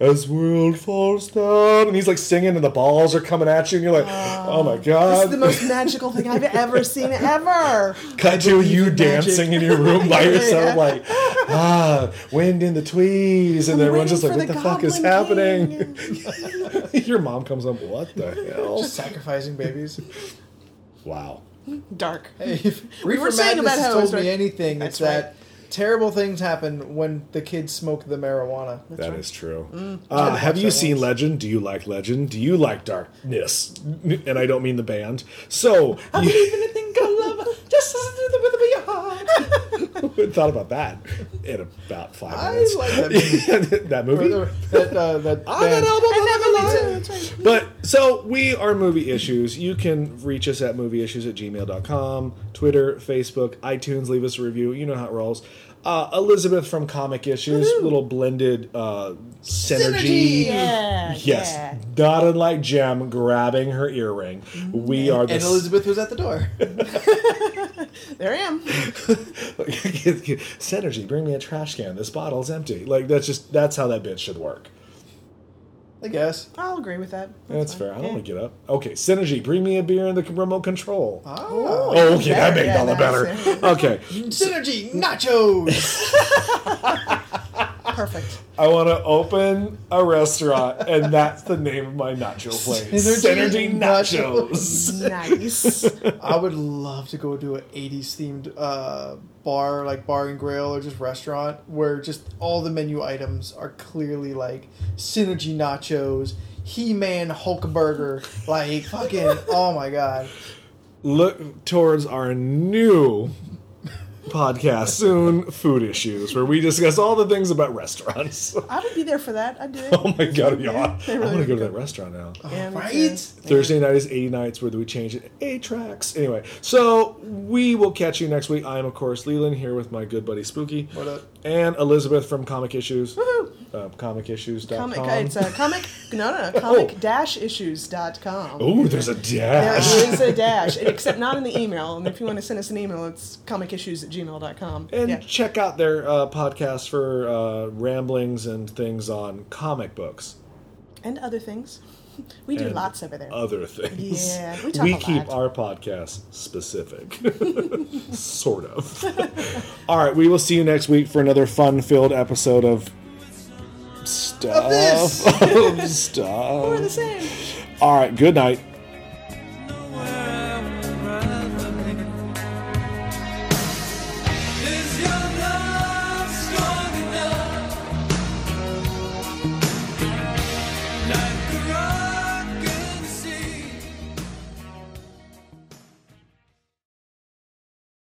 Speaker 1: as world falls down and he's like singing and the balls are coming at you and you're like, oh my
Speaker 3: Ah. This is the
Speaker 1: god! (laughs)
Speaker 3: most magical thing I've ever seen ever.
Speaker 1: Cut to you
Speaker 2: in magic.
Speaker 1: dancing in your room by
Speaker 3: (laughs) Yeah.
Speaker 1: yourself like, ah, wind in the tweeds and
Speaker 3: I'm
Speaker 1: everyone's
Speaker 3: waiting
Speaker 1: just like,
Speaker 3: for
Speaker 1: what the, fuck
Speaker 3: the
Speaker 1: is
Speaker 3: Goblin
Speaker 1: happening? (laughs) your mom comes up, what the hell?
Speaker 2: Just (laughs) sacrificing
Speaker 3: (laughs)
Speaker 2: babies.
Speaker 1: Wow.
Speaker 3: Dark.
Speaker 2: Hey, if
Speaker 3: We
Speaker 2: Reefer
Speaker 3: were saying
Speaker 2: Madness
Speaker 3: about
Speaker 2: has
Speaker 3: how it
Speaker 2: told
Speaker 3: was
Speaker 2: me
Speaker 3: right-
Speaker 2: anything, it's
Speaker 3: That's
Speaker 2: that terrible things happen when the kids smoke the marijuana.
Speaker 1: That's
Speaker 3: right.
Speaker 1: true.
Speaker 2: Mm.
Speaker 1: Uh, have you seen Legend? Do you like Legend? Do you like Darkness?
Speaker 2: Mm.
Speaker 1: And I don't mean the band.
Speaker 2: (laughs)
Speaker 1: So you
Speaker 3: Even a thing called love, just listen to the rhythm of
Speaker 1: (laughs)
Speaker 3: your heart.
Speaker 1: thought about that in about five
Speaker 2: I
Speaker 1: minutes.
Speaker 2: like that movie.
Speaker 1: (laughs) that movie.
Speaker 2: that, uh,
Speaker 3: (laughs)
Speaker 2: that
Speaker 1: I got
Speaker 2: band.
Speaker 1: all my-
Speaker 3: And Emily too.
Speaker 1: But so we are Movie Issues. You can reach us at movieissues at gmail.com, Twitter, Facebook, iTunes. Leave us a review. You know how it rolls. Uh, Elizabeth from Comic Issues, little blended uh, synergy.
Speaker 3: Yeah.
Speaker 1: Yes,
Speaker 3: Yeah.
Speaker 1: not unlike Jem grabbing her earring. We are the
Speaker 2: and Elizabeth was at the door.
Speaker 3: There I am.
Speaker 1: (laughs) Synergy, bring me a trash can. This bottle's empty. Like that's just that's how that bitch should work.
Speaker 2: I guess.
Speaker 3: I'll agree with that.
Speaker 1: That's,
Speaker 3: fine.
Speaker 1: fair. I don't
Speaker 3: Yeah.
Speaker 1: want to get up. Okay, Synergy, bring me a beer in the remote control.
Speaker 2: Oh.
Speaker 1: oh, okay, that
Speaker 3: better.
Speaker 1: made it
Speaker 3: Yeah,
Speaker 1: all the better.
Speaker 3: that's
Speaker 1: Okay,
Speaker 2: Synergy nachos.
Speaker 1: (laughs)
Speaker 3: Perfect.
Speaker 1: I want to open a restaurant, and that's the name of my nacho place.
Speaker 2: Synergy
Speaker 1: Synergy
Speaker 2: Nachos.
Speaker 1: Nachos.
Speaker 3: Nice.
Speaker 2: I would love to go to an '80s themed uh, bar, like bar and grill, or just restaurant where just all the menu items are clearly like synergy nachos, He-Man Hulk burger, like fucking. oh my god!
Speaker 1: Look towards our new podcast soon, Food Issues, where we discuss all the things about restaurants. (laughs)
Speaker 3: I would be there for that. I'd do it.
Speaker 1: Oh my god, y'all.
Speaker 3: Yeah, they
Speaker 1: I
Speaker 3: really Oh,
Speaker 1: want to go
Speaker 3: look
Speaker 1: to that restaurant now.
Speaker 3: Yeah, me
Speaker 2: right?
Speaker 3: too.
Speaker 1: Thursday night is 80 nights. Where do we change it? A tracks. Anyway, so we will catch you next week. I am, of course, Leland here with my good buddy Spooky.
Speaker 2: What up?
Speaker 1: And Elizabeth from Comic Issues.
Speaker 3: Woohoo.
Speaker 1: Uh, comicissues.com.
Speaker 3: Comic. It's a comic. No, no. Comic dash issues dot com.
Speaker 1: oh, there's a
Speaker 3: There
Speaker 1: dash.
Speaker 3: is a dash, except not in the email. And if you want to send us an email, it's comicissues at gmail.com.
Speaker 1: And
Speaker 3: yeah.
Speaker 1: check out their uh, podcast for uh, ramblings and things on comic books,
Speaker 3: and other things. We do
Speaker 1: And
Speaker 3: lots over there.
Speaker 1: other things.
Speaker 3: Yeah, we talk a
Speaker 1: keep
Speaker 3: lot.
Speaker 1: our podcast specific, (laughs) sort of. (laughs) All right, we will see you next week for another fun-filled episode of stuff.
Speaker 2: this.
Speaker 1: Of stuff. (laughs)
Speaker 3: We're the same. (laughs)
Speaker 1: All right, good night.